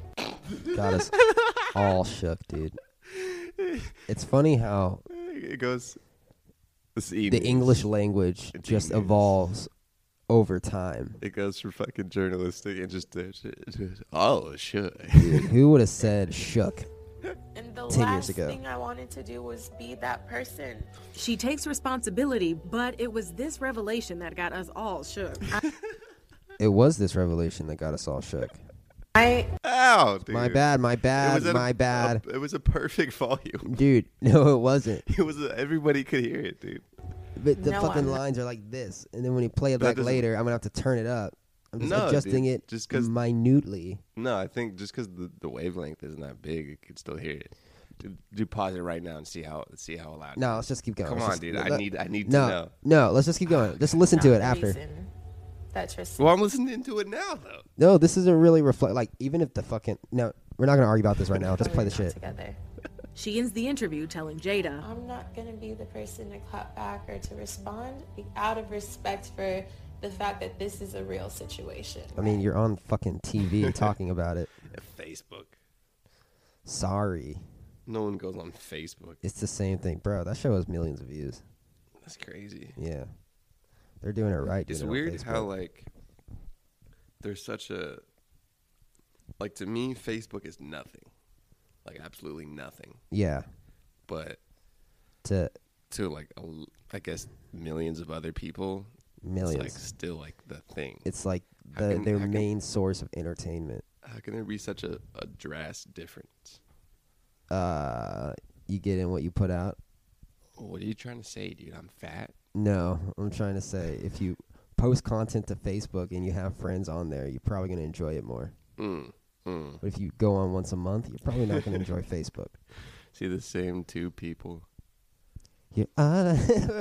[SPEAKER 2] Got us all shook, dude. It's funny how
[SPEAKER 3] it goes.
[SPEAKER 2] the English language just evolves over time.
[SPEAKER 3] It goes from fucking journalistic and just, uh, to- to- oh shit.
[SPEAKER 2] Dude, who would have said shook
[SPEAKER 12] and the
[SPEAKER 2] 10
[SPEAKER 12] last
[SPEAKER 2] years ago?
[SPEAKER 12] thing I wanted to do was be that person.
[SPEAKER 11] She takes responsibility, but it was this revelation that got us all shook.
[SPEAKER 2] It was this revelation that got us all shook.
[SPEAKER 12] I
[SPEAKER 3] Ow, dude.
[SPEAKER 2] My bad, my
[SPEAKER 3] It
[SPEAKER 2] bad,
[SPEAKER 3] was at a-
[SPEAKER 2] my bad.
[SPEAKER 3] a- it was a perfect volume.
[SPEAKER 2] Dude, no, it wasn't.
[SPEAKER 3] It was a, everybody could hear it, dude.
[SPEAKER 2] But the
[SPEAKER 3] No,
[SPEAKER 2] fucking
[SPEAKER 3] I'm-
[SPEAKER 2] lines are like this, and then when you play it
[SPEAKER 3] That
[SPEAKER 2] back
[SPEAKER 3] doesn't-
[SPEAKER 2] later, I'm gonna have to turn it up. I'm just
[SPEAKER 3] No, dude,
[SPEAKER 2] adjusting it
[SPEAKER 3] just 'cause-
[SPEAKER 2] minutely.
[SPEAKER 3] No, I think just because the, the wavelength isn't that big, you could still hear it. Do, do pause it right now and see how see how loud.
[SPEAKER 2] No, let's just keep going.
[SPEAKER 3] Come
[SPEAKER 2] Let's
[SPEAKER 3] on,
[SPEAKER 2] just-
[SPEAKER 3] dude. I
[SPEAKER 2] let-
[SPEAKER 3] need I need
[SPEAKER 2] no,
[SPEAKER 3] to know.
[SPEAKER 2] No, let's just keep going. Just listen to it after.
[SPEAKER 12] reason that Tristan.
[SPEAKER 3] Well, I'm listening to it now though.
[SPEAKER 2] No, this isn't really reflect. Like, even if the fucking no, we're not gonna argue about this right now. Just play the shit.
[SPEAKER 12] together.
[SPEAKER 11] She ends the interview telling Jada,
[SPEAKER 12] I'm not going to be the person to cut back or to respond out of respect for the fact that this is a real situation.
[SPEAKER 2] I mean, you're on fucking TV talking about it.
[SPEAKER 3] Facebook.
[SPEAKER 2] Sorry,
[SPEAKER 3] No one goes on Facebook.
[SPEAKER 2] it's the same thing, bro. That show has millions of views.
[SPEAKER 3] That's crazy.
[SPEAKER 2] Yeah, they're doing it right.
[SPEAKER 3] It's
[SPEAKER 2] doing it on
[SPEAKER 3] weird how
[SPEAKER 2] Facebook.
[SPEAKER 3] like there's such a like to me Facebook is nothing. Like absolutely nothing.
[SPEAKER 2] Yeah.
[SPEAKER 3] But
[SPEAKER 2] to
[SPEAKER 3] to like a l- I guess millions of other people it's like
[SPEAKER 2] Millions.
[SPEAKER 3] still like the thing.
[SPEAKER 2] it's like
[SPEAKER 3] How
[SPEAKER 2] the,
[SPEAKER 3] can-
[SPEAKER 2] their
[SPEAKER 3] how can-
[SPEAKER 2] main source of entertainment.
[SPEAKER 3] How can there be such a, a drastic difference?
[SPEAKER 2] Uh, you get in what you put out.
[SPEAKER 3] What are you trying to say, dude? I'm fat.
[SPEAKER 2] No, I'm trying to say if you post content to Facebook and you have friends on there, you're probably going to enjoy it more.
[SPEAKER 3] Mm, mm.
[SPEAKER 2] But if you go on once a month, you're probably not going to enjoy Facebook.
[SPEAKER 3] See the same two people.
[SPEAKER 2] You uh,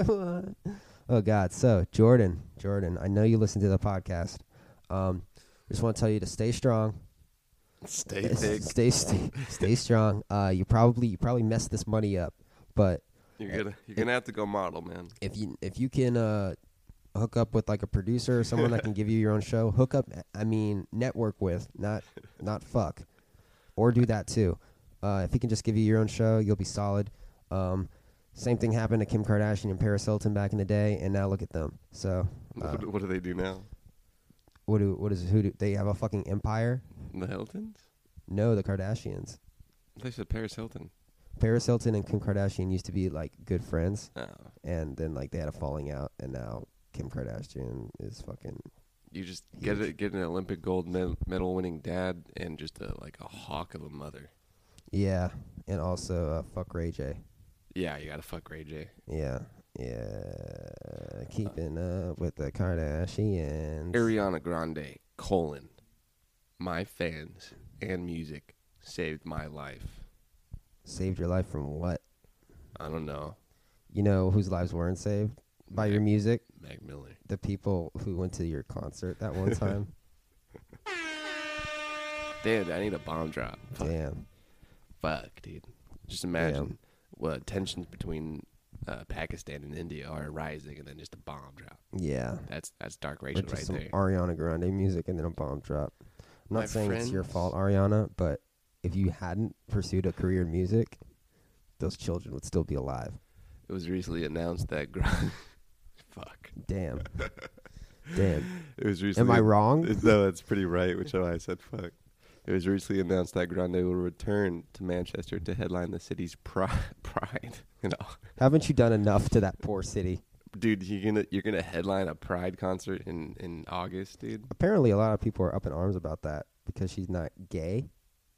[SPEAKER 2] oh God! So Jordan, Jordan, I know you listen to the podcast. Um, just want to tell you to stay strong.
[SPEAKER 3] Stay thick.
[SPEAKER 2] Stay stay, stay strong. Uh, you probably you probably messed this money up, but
[SPEAKER 3] You're gonna you're gonna have to go model, man.
[SPEAKER 2] if you if you can uh hook up with like a producer or someone that can give you your own show hook up i mean network with not not fuck or do that too uh if he can just give you your own show you'll be solid um same thing happened to kim kardashian and paris hilton back in the day and now look at them so uh,
[SPEAKER 3] what, what do they do now?
[SPEAKER 2] what do what is who do they have a fucking empire
[SPEAKER 3] The Hiltons?
[SPEAKER 2] no the kardashians
[SPEAKER 3] They said Paris Hilton.
[SPEAKER 2] paris hilton and kim kardashian used to be like good friends
[SPEAKER 3] Oh.
[SPEAKER 2] and then like they had a falling out and now kim kardashian is fucking
[SPEAKER 3] You just get a, get an Olympic gold med- medal winning dad and just a, like a hawk of a mother.
[SPEAKER 2] Yeah, and also uh, fuck Ray J.
[SPEAKER 3] Yeah, you gotta fuck Ray J.
[SPEAKER 2] Yeah, yeah. Keeping up with the Kardashians.
[SPEAKER 3] Ariana Grande colon my fans and music saved my life.
[SPEAKER 2] Saved your life from what?
[SPEAKER 3] I don't know.
[SPEAKER 2] You know whose lives weren't saved by your music?
[SPEAKER 3] Mac Miller.
[SPEAKER 2] The people who went to your concert that one time.
[SPEAKER 3] Dude, I need a bomb drop. Fuck.
[SPEAKER 2] Damn.
[SPEAKER 3] Fuck, dude. Just imagine what tensions between uh, Pakistan and India are rising, and then just a bomb drop.
[SPEAKER 2] Yeah.
[SPEAKER 3] that's that's dark
[SPEAKER 2] Or
[SPEAKER 3] racial
[SPEAKER 2] just
[SPEAKER 3] right
[SPEAKER 2] some
[SPEAKER 3] there.
[SPEAKER 2] Ariana Grande music and then a bomb drop. I'm not
[SPEAKER 3] My
[SPEAKER 2] saying it's your
[SPEAKER 3] friends-
[SPEAKER 2] fault, Ariana, but if you hadn't pursued a career in music, those children would still be alive.
[SPEAKER 3] It was recently announced that Grande. Fuck.
[SPEAKER 2] Damn. Damn.
[SPEAKER 3] It was recently.
[SPEAKER 2] Am I wrong?
[SPEAKER 3] No, that's pretty right. Which is why I said fuck. It was recently announced that Grande will return to Manchester to headline the city's pride. Pride, you know,
[SPEAKER 2] Haven't you done enough to that poor city?
[SPEAKER 3] dude, you're gonna you're gonna headline a pride concert in in August, dude.
[SPEAKER 2] Apparently, a lot of people are up in arms about that because she's not gay.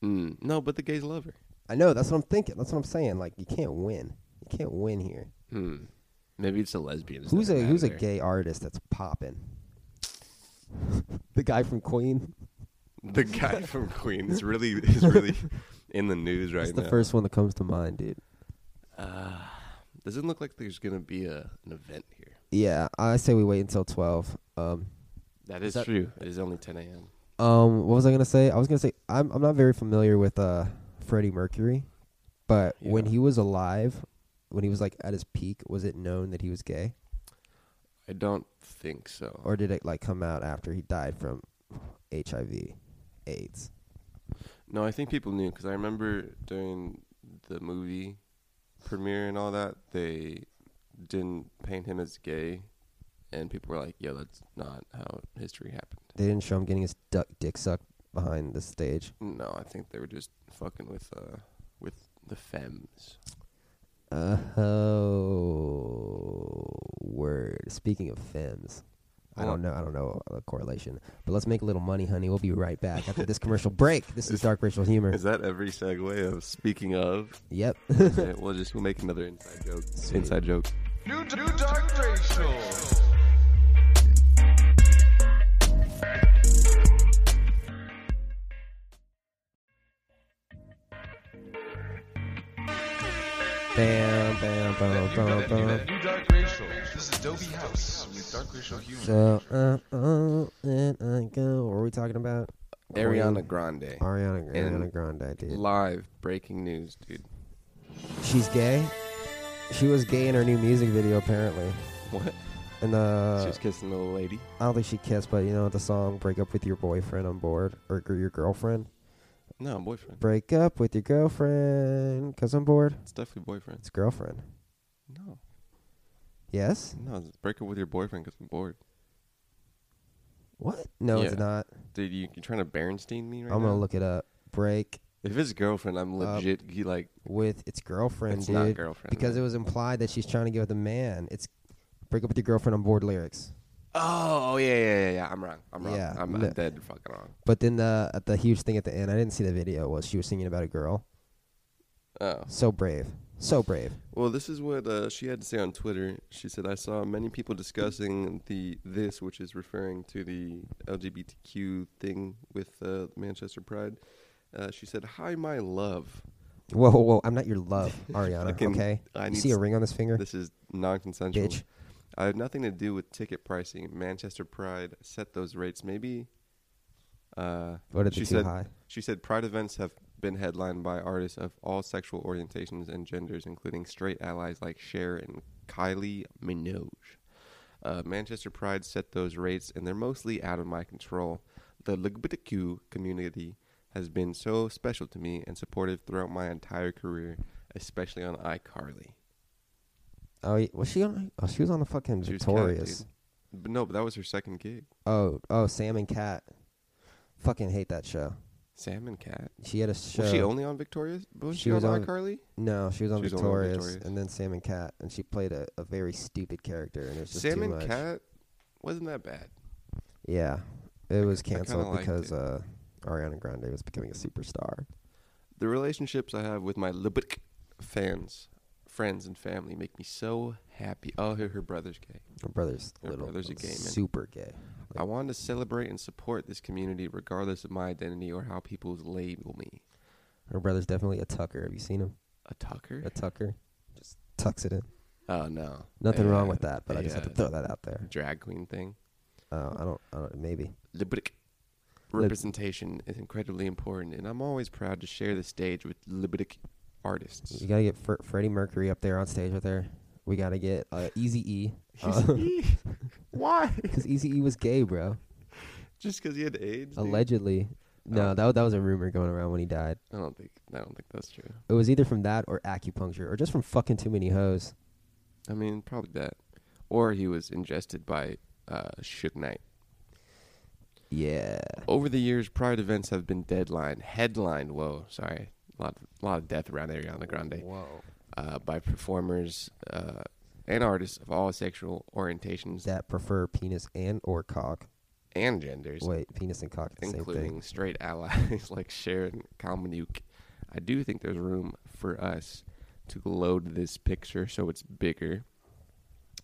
[SPEAKER 3] Mm. No, but the gays love her.
[SPEAKER 2] I know. That's what I'm thinking. That's what I'm saying. Like you can't win. You can't win here.
[SPEAKER 3] Hmm. Maybe it's the lesbians.
[SPEAKER 2] Who's
[SPEAKER 3] that
[SPEAKER 2] a
[SPEAKER 3] are
[SPEAKER 2] Who's a
[SPEAKER 3] out there.
[SPEAKER 2] gay artist that's popping? the guy from Queen.
[SPEAKER 3] The guy from Queen is really is really in the news right
[SPEAKER 2] That's the
[SPEAKER 3] now.
[SPEAKER 2] first one that comes to mind, dude.
[SPEAKER 3] Uh, doesn't look like there's gonna be a, an event here.
[SPEAKER 2] Yeah, I say we wait until twelve. Um,
[SPEAKER 3] That is, true. It is only 10 a.m.
[SPEAKER 2] um, what was I gonna say? I was gonna say I'm I'm not very familiar with uh Freddie Mercury, but when he was alive, when he was like at his peak, was it known that he was gay,
[SPEAKER 3] I don't think so.
[SPEAKER 2] or did it like come out after he died from HIV, AIDS?
[SPEAKER 3] No, I think people knew because I remember during the movie premiere and all that, they didn't paint him as gay, and people were like, "Yo, that's not how history happened."
[SPEAKER 2] They didn't show him getting his duck dick sucked behind the stage.
[SPEAKER 3] No, I think they were just fucking with uh with the femmes.
[SPEAKER 2] Uh oh, word. Speaking of femmes, I don't know. I don't know a correlation, but let's make a little money, honey. We'll be right back after this commercial break. This is dark racial humor.
[SPEAKER 3] Is that every segue of speaking of?
[SPEAKER 2] Yep.
[SPEAKER 3] okay, we'll just we'll make another inside joke. Inside joke.
[SPEAKER 1] New, new dark racial.
[SPEAKER 2] Bam, bam, bam, bam, bam.
[SPEAKER 1] New dark racial. This is Adobe House with dark racial humor.
[SPEAKER 2] So, uh oh, and I go. What are we talking about?
[SPEAKER 3] Ariana
[SPEAKER 2] Queen.
[SPEAKER 3] Grande.
[SPEAKER 2] Ariana, Ariana
[SPEAKER 3] And
[SPEAKER 2] Grande, dude.
[SPEAKER 3] Live breaking news, dude.
[SPEAKER 2] She's gay. She was gay in her new music video, apparently.
[SPEAKER 3] What?
[SPEAKER 2] And the
[SPEAKER 3] she was kissing the little lady.
[SPEAKER 2] I don't think she kissed, but you know the song "Break Up with Your Boyfriend" on board or gr- your girlfriend.
[SPEAKER 3] No, boyfriend.
[SPEAKER 2] Break up with your girlfriend, cause I'm bored.
[SPEAKER 3] It's definitely boyfriend.
[SPEAKER 2] It's girlfriend.
[SPEAKER 3] No.
[SPEAKER 2] Yes.
[SPEAKER 3] No, it's break up with your boyfriend because I'm bored.
[SPEAKER 2] What? No, it's
[SPEAKER 3] Yeah.
[SPEAKER 2] not.
[SPEAKER 3] Dude, you, you're trying to Bernstein me right
[SPEAKER 2] I'm
[SPEAKER 3] now?
[SPEAKER 2] gonna look it up. Break
[SPEAKER 3] If it's girlfriend, I'm
[SPEAKER 2] up
[SPEAKER 3] legit. He like
[SPEAKER 2] with its girlfriend,
[SPEAKER 3] It's
[SPEAKER 2] dude.
[SPEAKER 3] not girlfriend,
[SPEAKER 2] Because
[SPEAKER 3] man.
[SPEAKER 2] it was implied that she's trying to get with a man. It's break up with your girlfriend on board lyrics.
[SPEAKER 3] Oh yeah, yeah, yeah, yeah. I'm wrong. I'm wrong.
[SPEAKER 2] Yeah,
[SPEAKER 3] I'm,
[SPEAKER 2] no.
[SPEAKER 3] I'm dead fucking wrong.
[SPEAKER 2] But then the at the huge thing at the end, I didn't see the video. Was she was singing about a girl?
[SPEAKER 3] Oh.
[SPEAKER 2] So brave, so brave.
[SPEAKER 3] Well, this is what uh, she had to say on Twitter. She said, "I saw many people discussing the this, which is referring to the LGBTQ thing with uh, Manchester Pride." Uh, she said, "Hi, my love."
[SPEAKER 2] Whoa, whoa, whoa! I'm not your love, Ariana.
[SPEAKER 3] Fucking-
[SPEAKER 2] okay.
[SPEAKER 3] I
[SPEAKER 2] you
[SPEAKER 3] need
[SPEAKER 2] see a
[SPEAKER 3] s-
[SPEAKER 2] ring on this finger?
[SPEAKER 3] This is non-consensual.
[SPEAKER 2] Bitch.
[SPEAKER 3] I have nothing to do with ticket pricing. Manchester Pride set those rates. Maybe. Uh,
[SPEAKER 2] What are they
[SPEAKER 3] she
[SPEAKER 2] too
[SPEAKER 3] said,
[SPEAKER 2] high?
[SPEAKER 3] She said Pride events have been headlined by artists of all sexual orientations and genders, including straight allies like Cher and Kylie Minogue. Uh, Manchester Pride set those rates, and they're mostly out of my control. The LGBTQ community has been so special to me and supportive throughout my entire career, especially on iCarly.
[SPEAKER 2] Oh, yeah, was she on? Oh, she was on the fucking
[SPEAKER 3] She was cat,
[SPEAKER 2] Victorious.
[SPEAKER 3] dude. But no, but that was her second gig.
[SPEAKER 2] Oh, oh, Sam and Cat. Fucking hate that show.
[SPEAKER 3] Sam and Cat.
[SPEAKER 2] She had a show.
[SPEAKER 3] Was she only on Victorious? Was she, on iCarly?
[SPEAKER 2] No, she was on,
[SPEAKER 3] She was only on
[SPEAKER 2] Victorious,
[SPEAKER 3] Victorious.
[SPEAKER 2] and then Sam and Cat, and she played a, a very stupid character, and it was just
[SPEAKER 3] Sam
[SPEAKER 2] too
[SPEAKER 3] and
[SPEAKER 2] much.
[SPEAKER 3] Cat wasn't that bad.
[SPEAKER 2] Yeah, it was
[SPEAKER 3] kinda
[SPEAKER 2] canceled
[SPEAKER 3] liked
[SPEAKER 2] because uh, Ariana Grande was becoming a superstar.
[SPEAKER 3] The relationships I have with my Lubick fans, friends, and family make me so happy. Oh, her, her brother's gay.
[SPEAKER 2] Her brother's
[SPEAKER 3] her
[SPEAKER 2] little-
[SPEAKER 3] brother's a gay man.
[SPEAKER 2] super gay.
[SPEAKER 3] I want to celebrate and support this community, regardless of my identity or how people label me.
[SPEAKER 2] Her brother's definitely a Tucker. Have you seen him?
[SPEAKER 3] A Tucker?
[SPEAKER 2] A Tucker. Just tucks it in.
[SPEAKER 3] Oh no,
[SPEAKER 2] Nothing wrong
[SPEAKER 3] Uh,
[SPEAKER 2] with that, but I just had to
[SPEAKER 3] yeah.
[SPEAKER 2] throw that out there.
[SPEAKER 3] Drag queen thing.
[SPEAKER 2] Uh, I don't. I don't. Maybe.
[SPEAKER 3] Lubick representation is incredibly important, and I'm always proud to share the stage with Lubick artists.
[SPEAKER 2] You gotta get Fre- Freddie Mercury up there on stage with her. We gotta get uh, Easy E. Because
[SPEAKER 3] Why?
[SPEAKER 2] Easy E was gay, bro.
[SPEAKER 3] Just because he had AIDS? dude?
[SPEAKER 2] Allegedly. No, that wa- that was a rumor going around when he died.
[SPEAKER 3] I don't think. I don't think that's true.
[SPEAKER 2] It was either from that or acupuncture or just from fucking too many hoes.
[SPEAKER 3] I mean, probably that, or he was ingested by uh, Suge Knight.
[SPEAKER 2] Yeah.
[SPEAKER 3] Over the years, Pride events have been deadlined, headlined. Whoa, sorry, a lot, a lot of death around Ariana Grande.
[SPEAKER 2] Whoa.
[SPEAKER 3] Uh, by performers uh, and artists of all sexual orientations
[SPEAKER 2] That prefer penis and or cock.
[SPEAKER 3] and genders.
[SPEAKER 2] Wait, penis and cock, the same thing.
[SPEAKER 3] including straight allies like Sharon Kalmanuk. I do think there's room for us to load this picture so it's bigger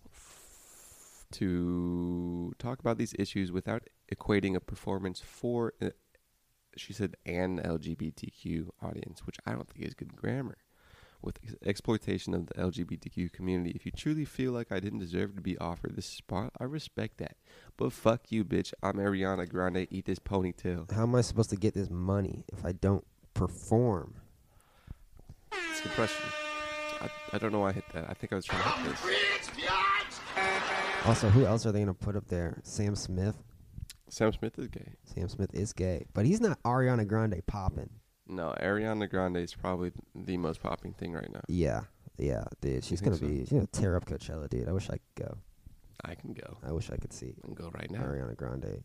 [SPEAKER 3] f- to talk about these issues without equating a performance for uh, she said an LGBTQ audience, which I don't think is good grammar. With ex- exploitation of the LGBTQ community, if you truly feel like I didn't deserve to be offered this spot, I respect that. But fuck you, bitch. I'm Ariana Grande. Eat this ponytail.
[SPEAKER 2] How am I supposed to get this money if I don't perform?
[SPEAKER 3] It's depression. I, I don't know why I hit that. I think I was trying to hit this.
[SPEAKER 2] Also, who else are they gonna put up there? Sam Smith.
[SPEAKER 3] Sam Smith is gay.
[SPEAKER 2] Sam Smith is gay, but he's not Ariana Grande popping.
[SPEAKER 3] No, Ariana Grande is probably th- the most popping thing right now.
[SPEAKER 2] Yeah, yeah, dude. She's gonna
[SPEAKER 3] think so?
[SPEAKER 2] be. She's gonna tear up Coachella, dude. I wish I could go.
[SPEAKER 3] I can go.
[SPEAKER 2] I wish I could see.
[SPEAKER 3] I can go right now.
[SPEAKER 2] Ariana Grande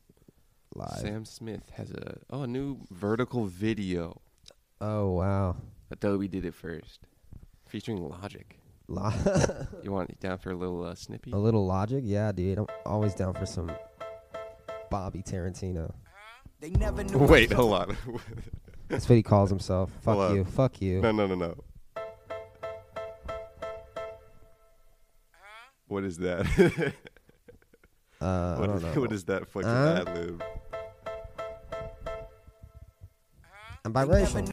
[SPEAKER 2] live.
[SPEAKER 3] Sam Smith has a oh a new vertical video.
[SPEAKER 2] Oh wow.
[SPEAKER 3] Adobe did it first, featuring Logic.
[SPEAKER 2] Lo-
[SPEAKER 3] you want it down for a little uh, snippy?
[SPEAKER 2] A little logic, yeah, dude. I'm always down for some Bobby Tarantino.
[SPEAKER 13] They never knew.
[SPEAKER 3] Wait, hold on.
[SPEAKER 2] That's what he calls himself. Fuck
[SPEAKER 3] Hold
[SPEAKER 2] you.
[SPEAKER 3] up.
[SPEAKER 2] Fuck you.
[SPEAKER 3] No, no, no, no. What is that?
[SPEAKER 2] Uh,
[SPEAKER 3] What
[SPEAKER 2] I don't
[SPEAKER 3] is-
[SPEAKER 2] know.
[SPEAKER 3] what is that fucking
[SPEAKER 2] Huh?
[SPEAKER 3] ad lib?
[SPEAKER 2] I'm biracial.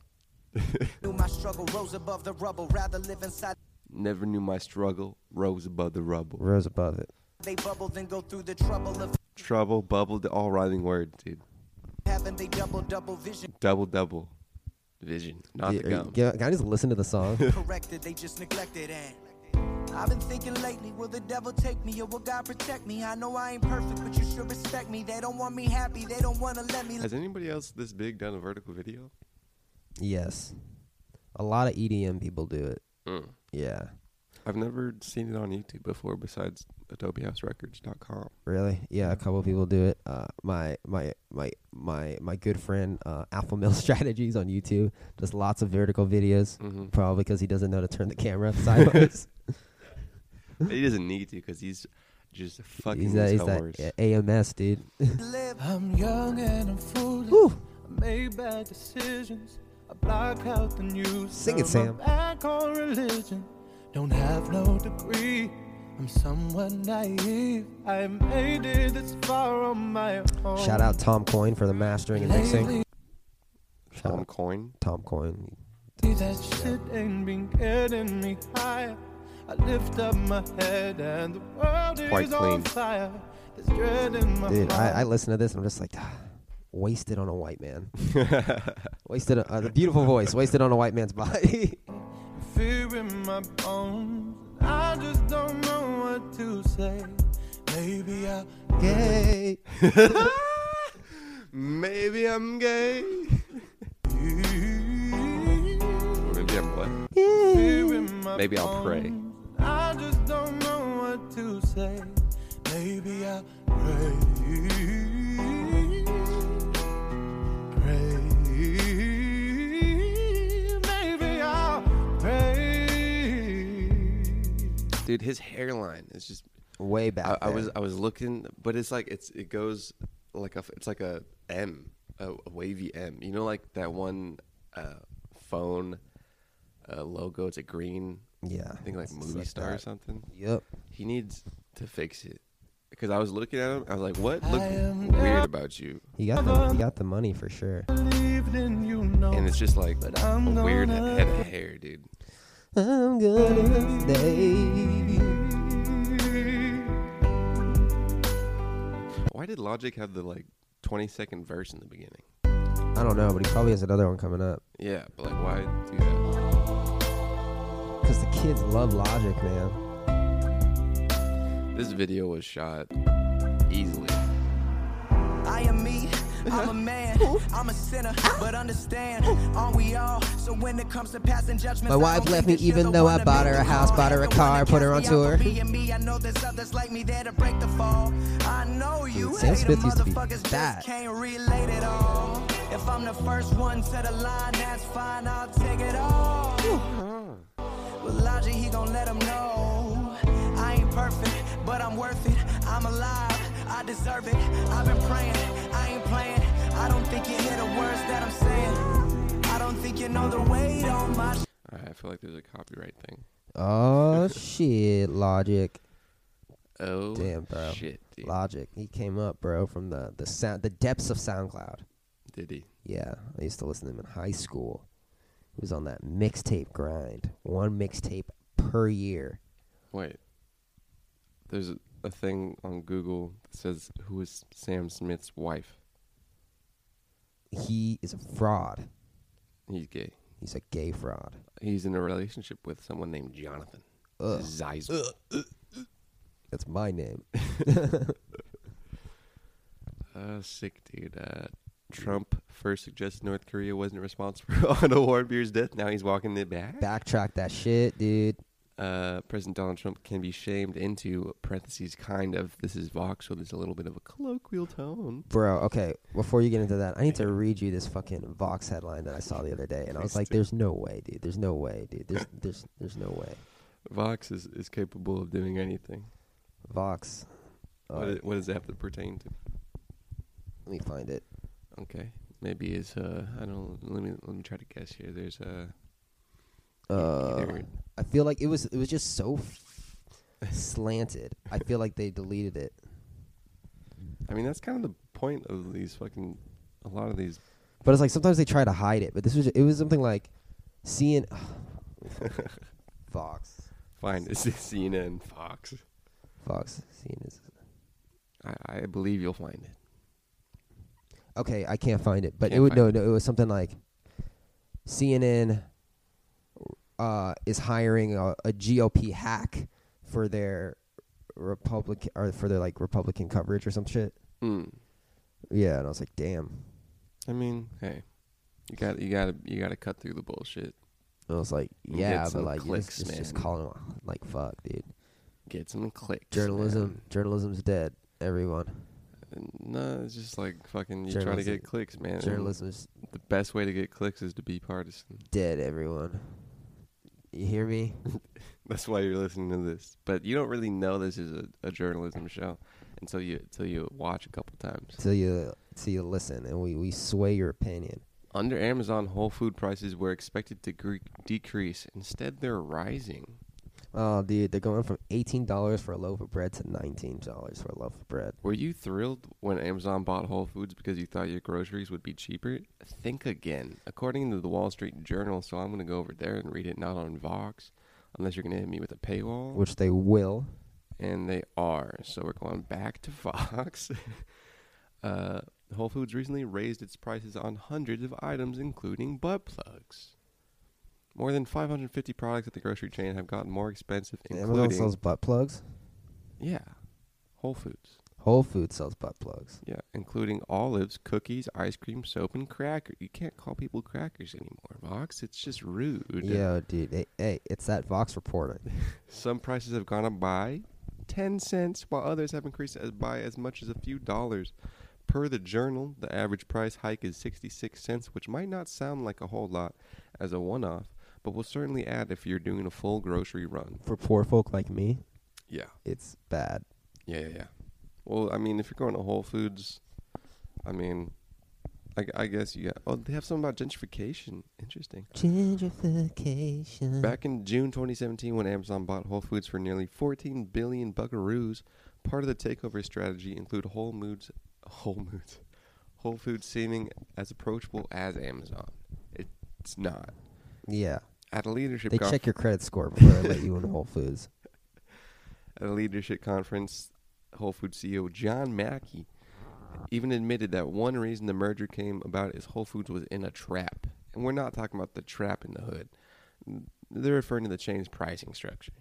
[SPEAKER 13] Knew my struggle rose above the rubble. Rather live inside
[SPEAKER 3] Never knew my struggle rose above the rubble.
[SPEAKER 2] Rose above it.
[SPEAKER 13] they bubble than go through the trouble of
[SPEAKER 3] Trouble, bubble, the all rhyming word, dude.
[SPEAKER 13] having they double double vision
[SPEAKER 3] Double, double, vision, not
[SPEAKER 2] Yeah,
[SPEAKER 3] the
[SPEAKER 2] are you-
[SPEAKER 3] gum.
[SPEAKER 2] can I- can I just listen to the song?
[SPEAKER 13] corrected. They just neglected and. I've been thinking lately, will the devil take me or will God protect me? I know I ain't perfect, but you should respect me. They don't want me happy, they don't want to let me.
[SPEAKER 3] Has anybody else this big done a vertical video?
[SPEAKER 2] Yes. A lot of EDM people do it.
[SPEAKER 3] Mm.
[SPEAKER 2] Yeah.
[SPEAKER 3] I've never seen it on YouTube before, besides AdobeHouseRecords.com.
[SPEAKER 2] Really? Yeah, a couple of people do it. Uh, my my my my my good friend uh, Alpha Male Strategies on YouTube does lots of vertical videos,
[SPEAKER 3] Mm-hmm.
[SPEAKER 2] probably because he doesn't know to turn the camera sideways.
[SPEAKER 3] he doesn't need to because he's just fucking
[SPEAKER 2] he's that,
[SPEAKER 3] his
[SPEAKER 2] he's that
[SPEAKER 3] horse.
[SPEAKER 2] uh, AMS dude.
[SPEAKER 14] I'm young and I'm foolish. I made bad decisions. I block out the news.
[SPEAKER 2] Sing it,
[SPEAKER 14] turn my
[SPEAKER 2] Sam.
[SPEAKER 14] Back on religion. Don't have no degree. I'm somewhat naive. I made it this far on my own.
[SPEAKER 2] Shout out Tom Coyne for the mastering and mixing.
[SPEAKER 14] Lately,
[SPEAKER 2] Shout
[SPEAKER 3] Tom
[SPEAKER 2] out
[SPEAKER 3] Coyne.
[SPEAKER 2] Tom Coyne.
[SPEAKER 14] That shit ain't been getting me high. I lift up my head and the world
[SPEAKER 2] Quite
[SPEAKER 14] is
[SPEAKER 2] clean.
[SPEAKER 14] on fire. There's dread in my
[SPEAKER 2] Dude,
[SPEAKER 14] heart.
[SPEAKER 2] I, I listen to this and I'm just like, "Ah, wasted on a white man. wasted on, uh, the beautiful voice, wasted on a white man's body.
[SPEAKER 14] fear in my bones. I just don't know what to say. Maybe I
[SPEAKER 2] gay.
[SPEAKER 3] Maybe I'm gay. Maybe I'm what?
[SPEAKER 14] Fear in my
[SPEAKER 3] Maybe I'll pray.
[SPEAKER 14] bones. I just don't know what to say. Maybe I pray. Pray. Maybe I'll pray.
[SPEAKER 3] Dude, his hairline is just
[SPEAKER 2] way back.
[SPEAKER 3] I, I
[SPEAKER 2] there.
[SPEAKER 3] was I was looking, but it's like it's it goes like a f- it's like a M, a, a wavy M. You know, like that one uh, phone uh, logo. It's a green.
[SPEAKER 2] Yeah,
[SPEAKER 3] I think like
[SPEAKER 2] it's
[SPEAKER 3] movie
[SPEAKER 2] like
[SPEAKER 3] star or
[SPEAKER 2] that.
[SPEAKER 3] something.
[SPEAKER 2] Yep.
[SPEAKER 3] He needs to fix it because I was looking at him. I was like, what
[SPEAKER 14] I am
[SPEAKER 3] look weird about you?
[SPEAKER 2] He got the he got the money for sure.
[SPEAKER 14] Believed in you know.
[SPEAKER 3] And it's just like a
[SPEAKER 14] I'm
[SPEAKER 3] weird
[SPEAKER 14] gonna-
[SPEAKER 3] head of hair, dude.
[SPEAKER 2] I'm gonna stay.
[SPEAKER 3] Why did Logic have the like twenty second verse in the beginning?
[SPEAKER 2] I don't know, but he probably has another one coming up.
[SPEAKER 3] Yeah, but like why do that?
[SPEAKER 2] Cause the kids love Logic, man.
[SPEAKER 3] This video was shot easily.
[SPEAKER 13] I am me, I'm a man, I'm a sinner,
[SPEAKER 2] Ah.
[SPEAKER 13] but understand, aren't we all? So when it comes to passing judgment,
[SPEAKER 2] My wife left me even though I bought her a house, bought her a car, put her on tour.
[SPEAKER 13] me, I know there's others like me there to break the fall. I know you
[SPEAKER 2] Dude, Sam
[SPEAKER 13] hate 'em,
[SPEAKER 2] Smith used to be
[SPEAKER 13] motherfuckers
[SPEAKER 2] bad.
[SPEAKER 13] just can't relate at all. If I'm the first one to the line, that's fine, I'll take it all. With logic, he gon' let 'em know. I ain't perfect, but I'm worth it. I'm alive. I deserve it. I've been praying, I ain't playing. I don't think you hear the words that I'm saying. I don't think you know the weight on my.
[SPEAKER 3] Alright, I feel like there's a copyright thing.
[SPEAKER 2] Oh shit, Logic.
[SPEAKER 3] Oh
[SPEAKER 2] Damn, bro.
[SPEAKER 3] shit, dude.
[SPEAKER 2] Logic. He came up, bro, from the the sound, the depths of SoundCloud.
[SPEAKER 3] Did he?
[SPEAKER 2] Yeah, I used to listen to him in high school. He was on that mixtape grind, one mixtape per year.
[SPEAKER 3] Wait. There's a, a thing on Google that says who is Sam Smith's wife.
[SPEAKER 2] He is a fraud.
[SPEAKER 3] He's gay.
[SPEAKER 2] He's a gay fraud.
[SPEAKER 3] He's in a relationship with someone named Jonathan.
[SPEAKER 2] Ugh.
[SPEAKER 3] Zeisel.
[SPEAKER 2] That's my name.
[SPEAKER 3] Uh, sick dude. Uh, Trump first suggested North Korea wasn't responsible for Otto Warbeer's death. Now he's walking it back.
[SPEAKER 2] Backtrack that shit, dude.
[SPEAKER 3] Uh, President Donald Trump can be shamed into parentheses kind of this is Vox, so there's a little bit of a colloquial tone.
[SPEAKER 2] Bro, okay, before you get into that, I need to read you this fucking Vox headline that I saw the other day and I was
[SPEAKER 3] Please
[SPEAKER 2] like,
[SPEAKER 3] do.
[SPEAKER 2] There's no way, dude. There's no way, dude. There's there's there's no way.
[SPEAKER 3] Vox is, is capable of doing anything.
[SPEAKER 2] Vox. uh,
[SPEAKER 3] What, i- what does that have to pertain to?
[SPEAKER 2] Let me find it.
[SPEAKER 3] Okay, maybe it's uh, I don't. Let me let me try to guess here. There's uh,
[SPEAKER 2] Uh,
[SPEAKER 3] either-
[SPEAKER 2] I feel like it was it was just so f- slanted. I feel like they deleted it.
[SPEAKER 3] I mean that's kind of the point of these fucking a lot of these.
[SPEAKER 2] But it's like sometimes they try to hide it. But this was it was something like seeing Fox,
[SPEAKER 3] Fine, it's CNN, Fox.
[SPEAKER 2] Fox, seeing is
[SPEAKER 3] I, I believe you'll find it.
[SPEAKER 2] okay. I can't find it, but it
[SPEAKER 3] Can't
[SPEAKER 2] would no
[SPEAKER 3] find
[SPEAKER 2] no. It was something like CNN uh, is hiring a, a GOP hack for their Republican or for their like Republican coverage or some shit.
[SPEAKER 3] Hmm.
[SPEAKER 2] Yeah, and I was like, damn.
[SPEAKER 3] I mean, hey, you got you got to you got to cut through the bullshit.
[SPEAKER 2] And I was like,
[SPEAKER 3] You
[SPEAKER 2] yeah,
[SPEAKER 3] get
[SPEAKER 2] but
[SPEAKER 3] some
[SPEAKER 2] like
[SPEAKER 3] clicks,
[SPEAKER 2] it's, it's just
[SPEAKER 3] man.
[SPEAKER 2] calling like fuck, dude.
[SPEAKER 3] Get some clicks.
[SPEAKER 2] Journalism,
[SPEAKER 3] man.
[SPEAKER 2] journalism's dead. Everyone.
[SPEAKER 3] No, it's just like fucking. You try to
[SPEAKER 2] Journalism-
[SPEAKER 3] get clicks, man. and
[SPEAKER 2] journalism's-
[SPEAKER 3] The best way to get clicks is to be partisan.
[SPEAKER 2] dead everyone you hear me
[SPEAKER 3] That's why you're listening to this, but you don't really know this is a, a journalism show until you until you watch a couple times.
[SPEAKER 2] till you till you listen and we we sway your opinion
[SPEAKER 3] Under Amazon, whole food prices were expected to gre- decrease. Instead, they're rising.
[SPEAKER 2] oh dude they're going from $18 for a loaf of bread to $19 for a loaf of bread
[SPEAKER 3] Were you thrilled when Amazon bought Whole Foods because you thought your groceries would be cheaper? Think again. According to the Wall Street Journal, so I'm going to go over there and read it, not on Vox, unless you're going to hit me with a paywall.
[SPEAKER 2] which they will
[SPEAKER 3] and they are. So we're going back to Fox. uh, Whole Foods recently raised its prices on hundreds of items, including butt plugs. More than 550 products at the grocery chain have gotten more expensive,
[SPEAKER 2] amazon
[SPEAKER 3] including
[SPEAKER 2] sells butt plugs
[SPEAKER 3] yeah, Whole Foods.
[SPEAKER 2] whole foods sells butt plugs
[SPEAKER 3] Yeah, including olives, cookies, ice cream, soap, and cracker. You can't call people crackers anymore, Vox. It's just rude.
[SPEAKER 2] yeah dude hey, hey it's that vox reporting
[SPEAKER 3] Some prices have gone up by 10 cents, while others have increased as by as much as a few dollars. Per the journal, the average price hike is 66 cents, which might not sound like a whole lot as a one off, but will certainly add if you're doing a full grocery run.
[SPEAKER 2] for poor folk like me
[SPEAKER 3] Yeah.
[SPEAKER 2] it's bad
[SPEAKER 3] Yeah, yeah, yeah. Well, I mean, if you're going to Whole Foods, I mean, I, I guess you got. Oh, they have something about gentrification. Interesting.
[SPEAKER 2] gentrification
[SPEAKER 3] Back in June 2017, when Amazon bought Whole Foods for nearly 14 billion buckaroos, part of the takeover strategy include Whole Foods, Whole Foods, Whole Foods seeming as approachable as Amazon. It's not.
[SPEAKER 2] yeah
[SPEAKER 3] At a leadership
[SPEAKER 2] they
[SPEAKER 3] conf-
[SPEAKER 2] check your credit score before they let you in whole foods
[SPEAKER 3] At a leadership conference, Whole Foods CEO John Mackey even admitted that one reason the merger came about is Whole Foods was in a trap. And we're not talking about the trap in the hood. They're referring to the chain's pricing structure.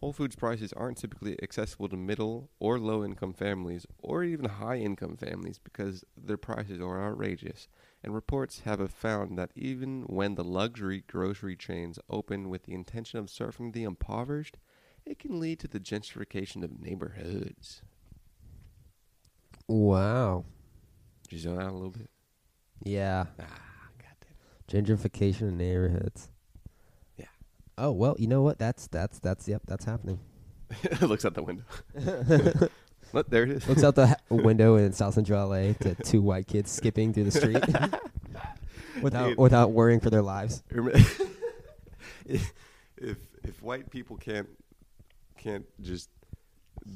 [SPEAKER 3] Whole Foods prices aren't typically accessible to middle or low income families or even high income families because their prices are outrageous. And reports have found that even when the luxury grocery chains open with the intention of serving the impoverished, it can lead to the gentrification of neighborhoods.
[SPEAKER 2] wow
[SPEAKER 3] Did you zone out a little bit?
[SPEAKER 2] yeah
[SPEAKER 3] Ah, goddamn.
[SPEAKER 2] gentrification of neighborhoods.
[SPEAKER 3] Yeah.
[SPEAKER 2] Oh well, you know what? That's that's that's yep, that's happening.
[SPEAKER 3] Looks out the window. Look, there it is.
[SPEAKER 2] Looks out the ha- window in South Central LA to two white kids skipping through the street without
[SPEAKER 3] Dude.
[SPEAKER 2] without worrying for their lives.
[SPEAKER 3] Remi- if if white people can't can't just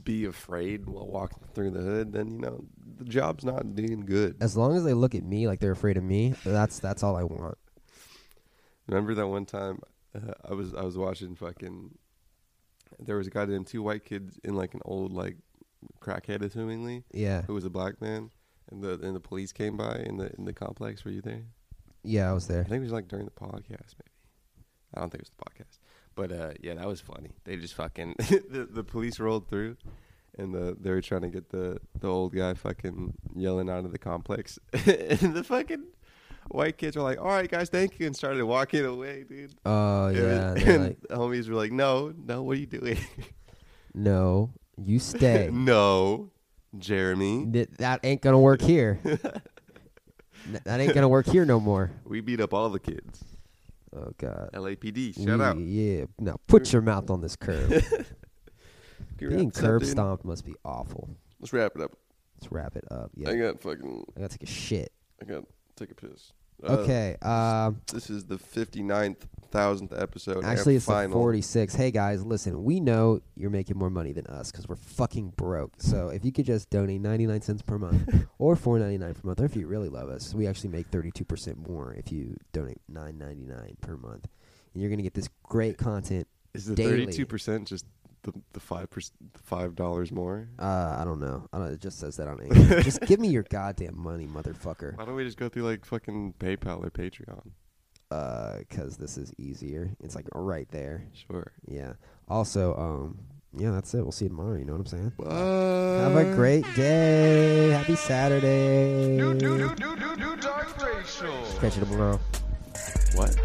[SPEAKER 3] be afraid while walking through the hood, then you know the job's not doing good.
[SPEAKER 2] As long as they look at me like they're afraid of me, that's that's all I want.
[SPEAKER 3] Remember that one time uh, I was I was watching fucking. There was a goddamn two white kids in like an old like crackhead, assumingly.
[SPEAKER 2] Yeah.
[SPEAKER 3] Who was a black man, and the and the police came by in the in the complex. Were you there?
[SPEAKER 2] Yeah, I was there.
[SPEAKER 3] I think it was like during the podcast, maybe. I don't think it was the podcast, but uh, yeah, that was funny. They just fucking the, the police rolled through, and the they were trying to get the the old guy fucking yelling out of the complex, and the fucking white kids were like, "All right, guys, thank you," and started walking away, dude.
[SPEAKER 2] Oh,
[SPEAKER 3] And-
[SPEAKER 2] yeah,
[SPEAKER 3] and,
[SPEAKER 2] they're like-
[SPEAKER 3] the homies were like, "No, no, what are you doing?"
[SPEAKER 2] No, you stay.
[SPEAKER 3] no, Jeremy,
[SPEAKER 2] Th- that ain't gonna work here. N- that ain't gonna work here no more.
[SPEAKER 3] we beat up all the kids.
[SPEAKER 2] Oh God.
[SPEAKER 3] LAPD, shut up.
[SPEAKER 2] Yeah, no, put your mouth on this curb.
[SPEAKER 3] Can we
[SPEAKER 2] Being
[SPEAKER 3] wrap this up,
[SPEAKER 2] curb
[SPEAKER 3] dude?
[SPEAKER 2] stomped must be awful.
[SPEAKER 3] Let's wrap it up.
[SPEAKER 2] Let's wrap it up. Yeah,
[SPEAKER 3] I got fucking.
[SPEAKER 2] I gotta take a shit.
[SPEAKER 3] I gotta take a piss. Uh,
[SPEAKER 2] Okay, um,
[SPEAKER 3] this is the 59th, thousandth episode.
[SPEAKER 2] Actually,
[SPEAKER 3] and
[SPEAKER 2] it's like
[SPEAKER 3] final.
[SPEAKER 2] 46. Hey guys, listen, we know you're making more money than us because we're fucking broke. So if you could just donate 99 cents per month or 4.99 per month, or if you really love us, we actually make 32 percent more if you donate 9.99 per month, and you're gonna get this great content
[SPEAKER 3] Is the
[SPEAKER 2] daily.
[SPEAKER 3] thirty-two percent just the the five percent, five dollars more?
[SPEAKER 2] Uh, I don't know. I don't, it just says that on Anchor. just give me your goddamn money, motherfucker.
[SPEAKER 3] Why don't we just go through like fucking PayPal or Patreon?
[SPEAKER 2] Because Uh, this is easier. It's like right there.
[SPEAKER 3] Sure.
[SPEAKER 2] Yeah. Also, um, yeah, that's it. We'll see you tomorrow. You know what I'm saying? Have
[SPEAKER 1] Bye.
[SPEAKER 2] a great day. Happy Saturday.
[SPEAKER 1] New dark racial.
[SPEAKER 2] Catch you tomorrow.
[SPEAKER 3] What?